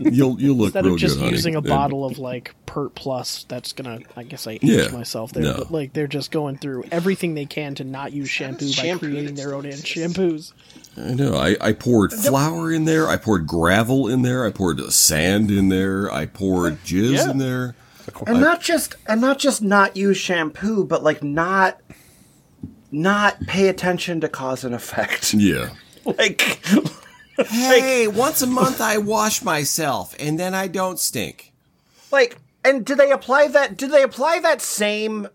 F: you'll you'll look
C: Instead
F: real
C: of just
F: good, honey.
C: using a
F: And-
C: bottle of like Pert Plus, that's gonna. I guess I aged
F: Yeah.
C: myself there,
F: No.
C: but like they're just going through everything they can to not use shampoo by
D: Shampoo
C: creating
D: that's
C: their own shampoos.
F: I know. I, I poured flour in there. I poured gravel in there. I poured uh, sand in there. I poured jizz in there.
H: and not just and not just not use shampoo, but like not not pay attention to cause and effect.
F: Yeah.
B: *laughs* like
F: Hey, once a month I wash myself and then I don't stink.
H: Like,
B: And do they apply that? Do they apply that same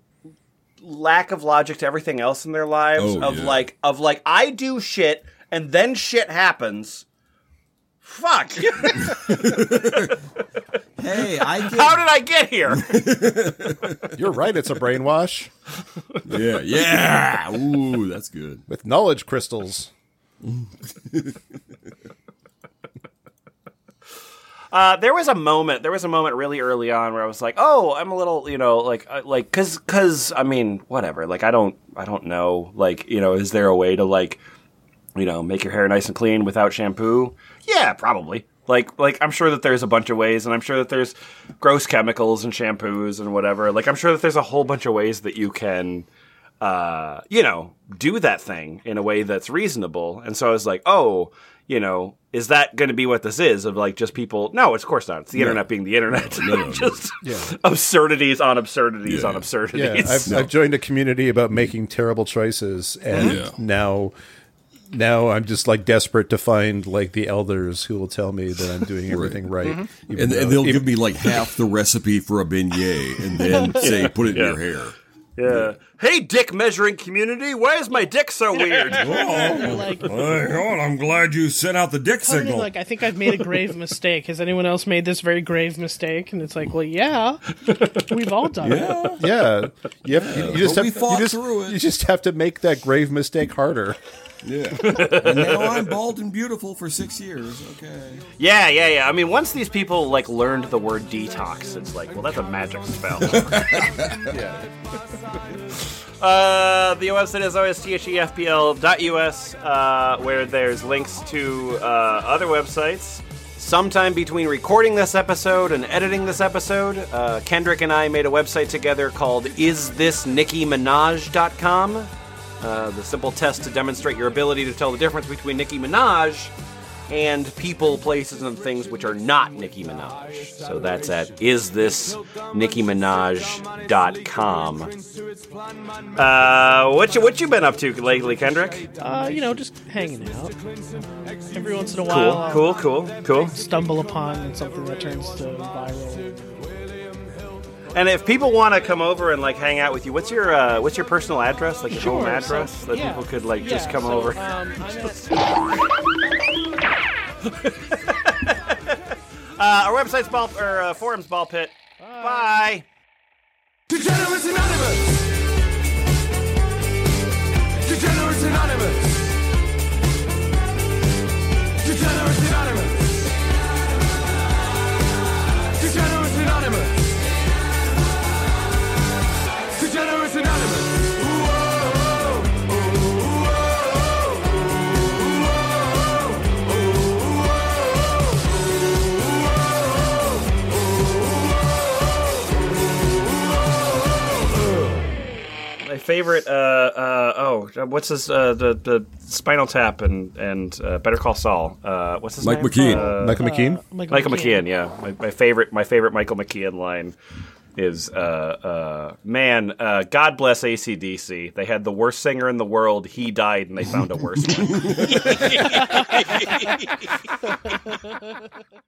B: lack of logic to everything else in their lives?
F: Oh,
B: of
F: yeah.
B: like, of like, I do shit and then shit happens. Fuck! *laughs*
H: hey,
C: *laughs*
H: I did.
B: How did I get here?
A: You're right, it's a brainwash
F: Yeah, yeah. Ooh, that's good.
A: with knowledge crystals.
B: Uh, there was a moment. There was a moment really early on where I was like, "Oh, I'm a little, you know, like, uh, like, cause, cause, I mean, whatever. Like, I don't, I don't know. Like, you know, is there a way to like, you know, make your hair nice and clean without shampoo? Yeah, probably. Like, like, I'm sure that there's a bunch of ways, and I'm sure that there's gross chemicals and shampoos and whatever. Like, I'm sure that there's a whole bunch of ways that you can, uh, you know, do that thing in a way that's reasonable. And so I was like, oh, you know, is that going to be what this is? Of like just people? No, it's of course not. It's the internet being the internet. *laughs* just absurdities on absurdities
F: Yeah.
B: on absurdities.
A: Yeah,
F: *laughs*
A: I've, I've joined a community about making terrible choices, and
F: Yeah.
A: now, now I'm just like desperate to find like the elders who will tell me that I'm
F: *laughs*
A: doing everything right. even
F: Mm-hmm. And, and
A: though-
F: they'll
A: even-
F: give me like half the recipe for a beignet
C: *laughs*
F: and then say, put it in your hair.
B: Yeah. Hey, dick measuring community, why is my dick so *laughs* weird?
C: They're like,
F: God, I'm glad you sent out the dick
C: Probably like I think I've made a grave mistake. Has anyone else made this very grave mistake? And it's like, well, yeah, we've all done it.
A: *laughs* yeah, you, have, you, you just
F: But
A: have
F: we fought
A: you just,
F: through it.
A: you just have to make that grave mistake harder.
F: Yeah. and *laughs* now I'm bald and beautiful for six years. Okay.
B: yeah, yeah, yeah. I mean, once these people like learned the word detox, it's like, well, that's a magic spell. Uh, the website is E ostefpl.us, uh, where there's links to uh, other websites. Sometime between recording this episode and editing this episode, uh, Kendrick and I made a website together called isthisnickyminaj.com. Uh, the simple test to demonstrate your ability to tell the difference between Nicki Minaj and people, places, and things which are not Nicki Minaj. So that's at isthisnickyminaj.com. Uh, what you what you been up to lately, Kendrick?
C: Uh, you know, just hanging out. Every once in a
B: Cool,
C: while, I'll
B: cool, cool, cool.
C: stumble upon something that turns to viral.
B: And if people want to come over and like hang out with you, what's your uh, what's your personal address, like your home
C: Sure, so-
B: address, that
C: yeah.
B: people could like
C: Yeah,
B: just come
C: so,
B: over?
C: Um, I'm at-
B: Uh, our website's ball or uh, forum's ball pit.
C: Uh,
B: Bye.
J: Degenerates Anonymous! Degenerates Anonymous! Degenerates Anonymous! Degenerates Anonymous! Degenerates Anonymous!
B: My favorite. Uh, uh, oh, what's his? Uh, the the Spinal Tap and and uh, Better Call Saul. Uh, what's his
F: Mike
B: name?
F: McKean.
B: Uh,
A: Michael McKean.
B: Michael McKeon, yeah, my, my favorite, my favorite Michael McKeon line is, uh, uh, man, uh, God bless ACDC. They had the worst singer in the world. He died, and they
F: *laughs*
B: found a worse one.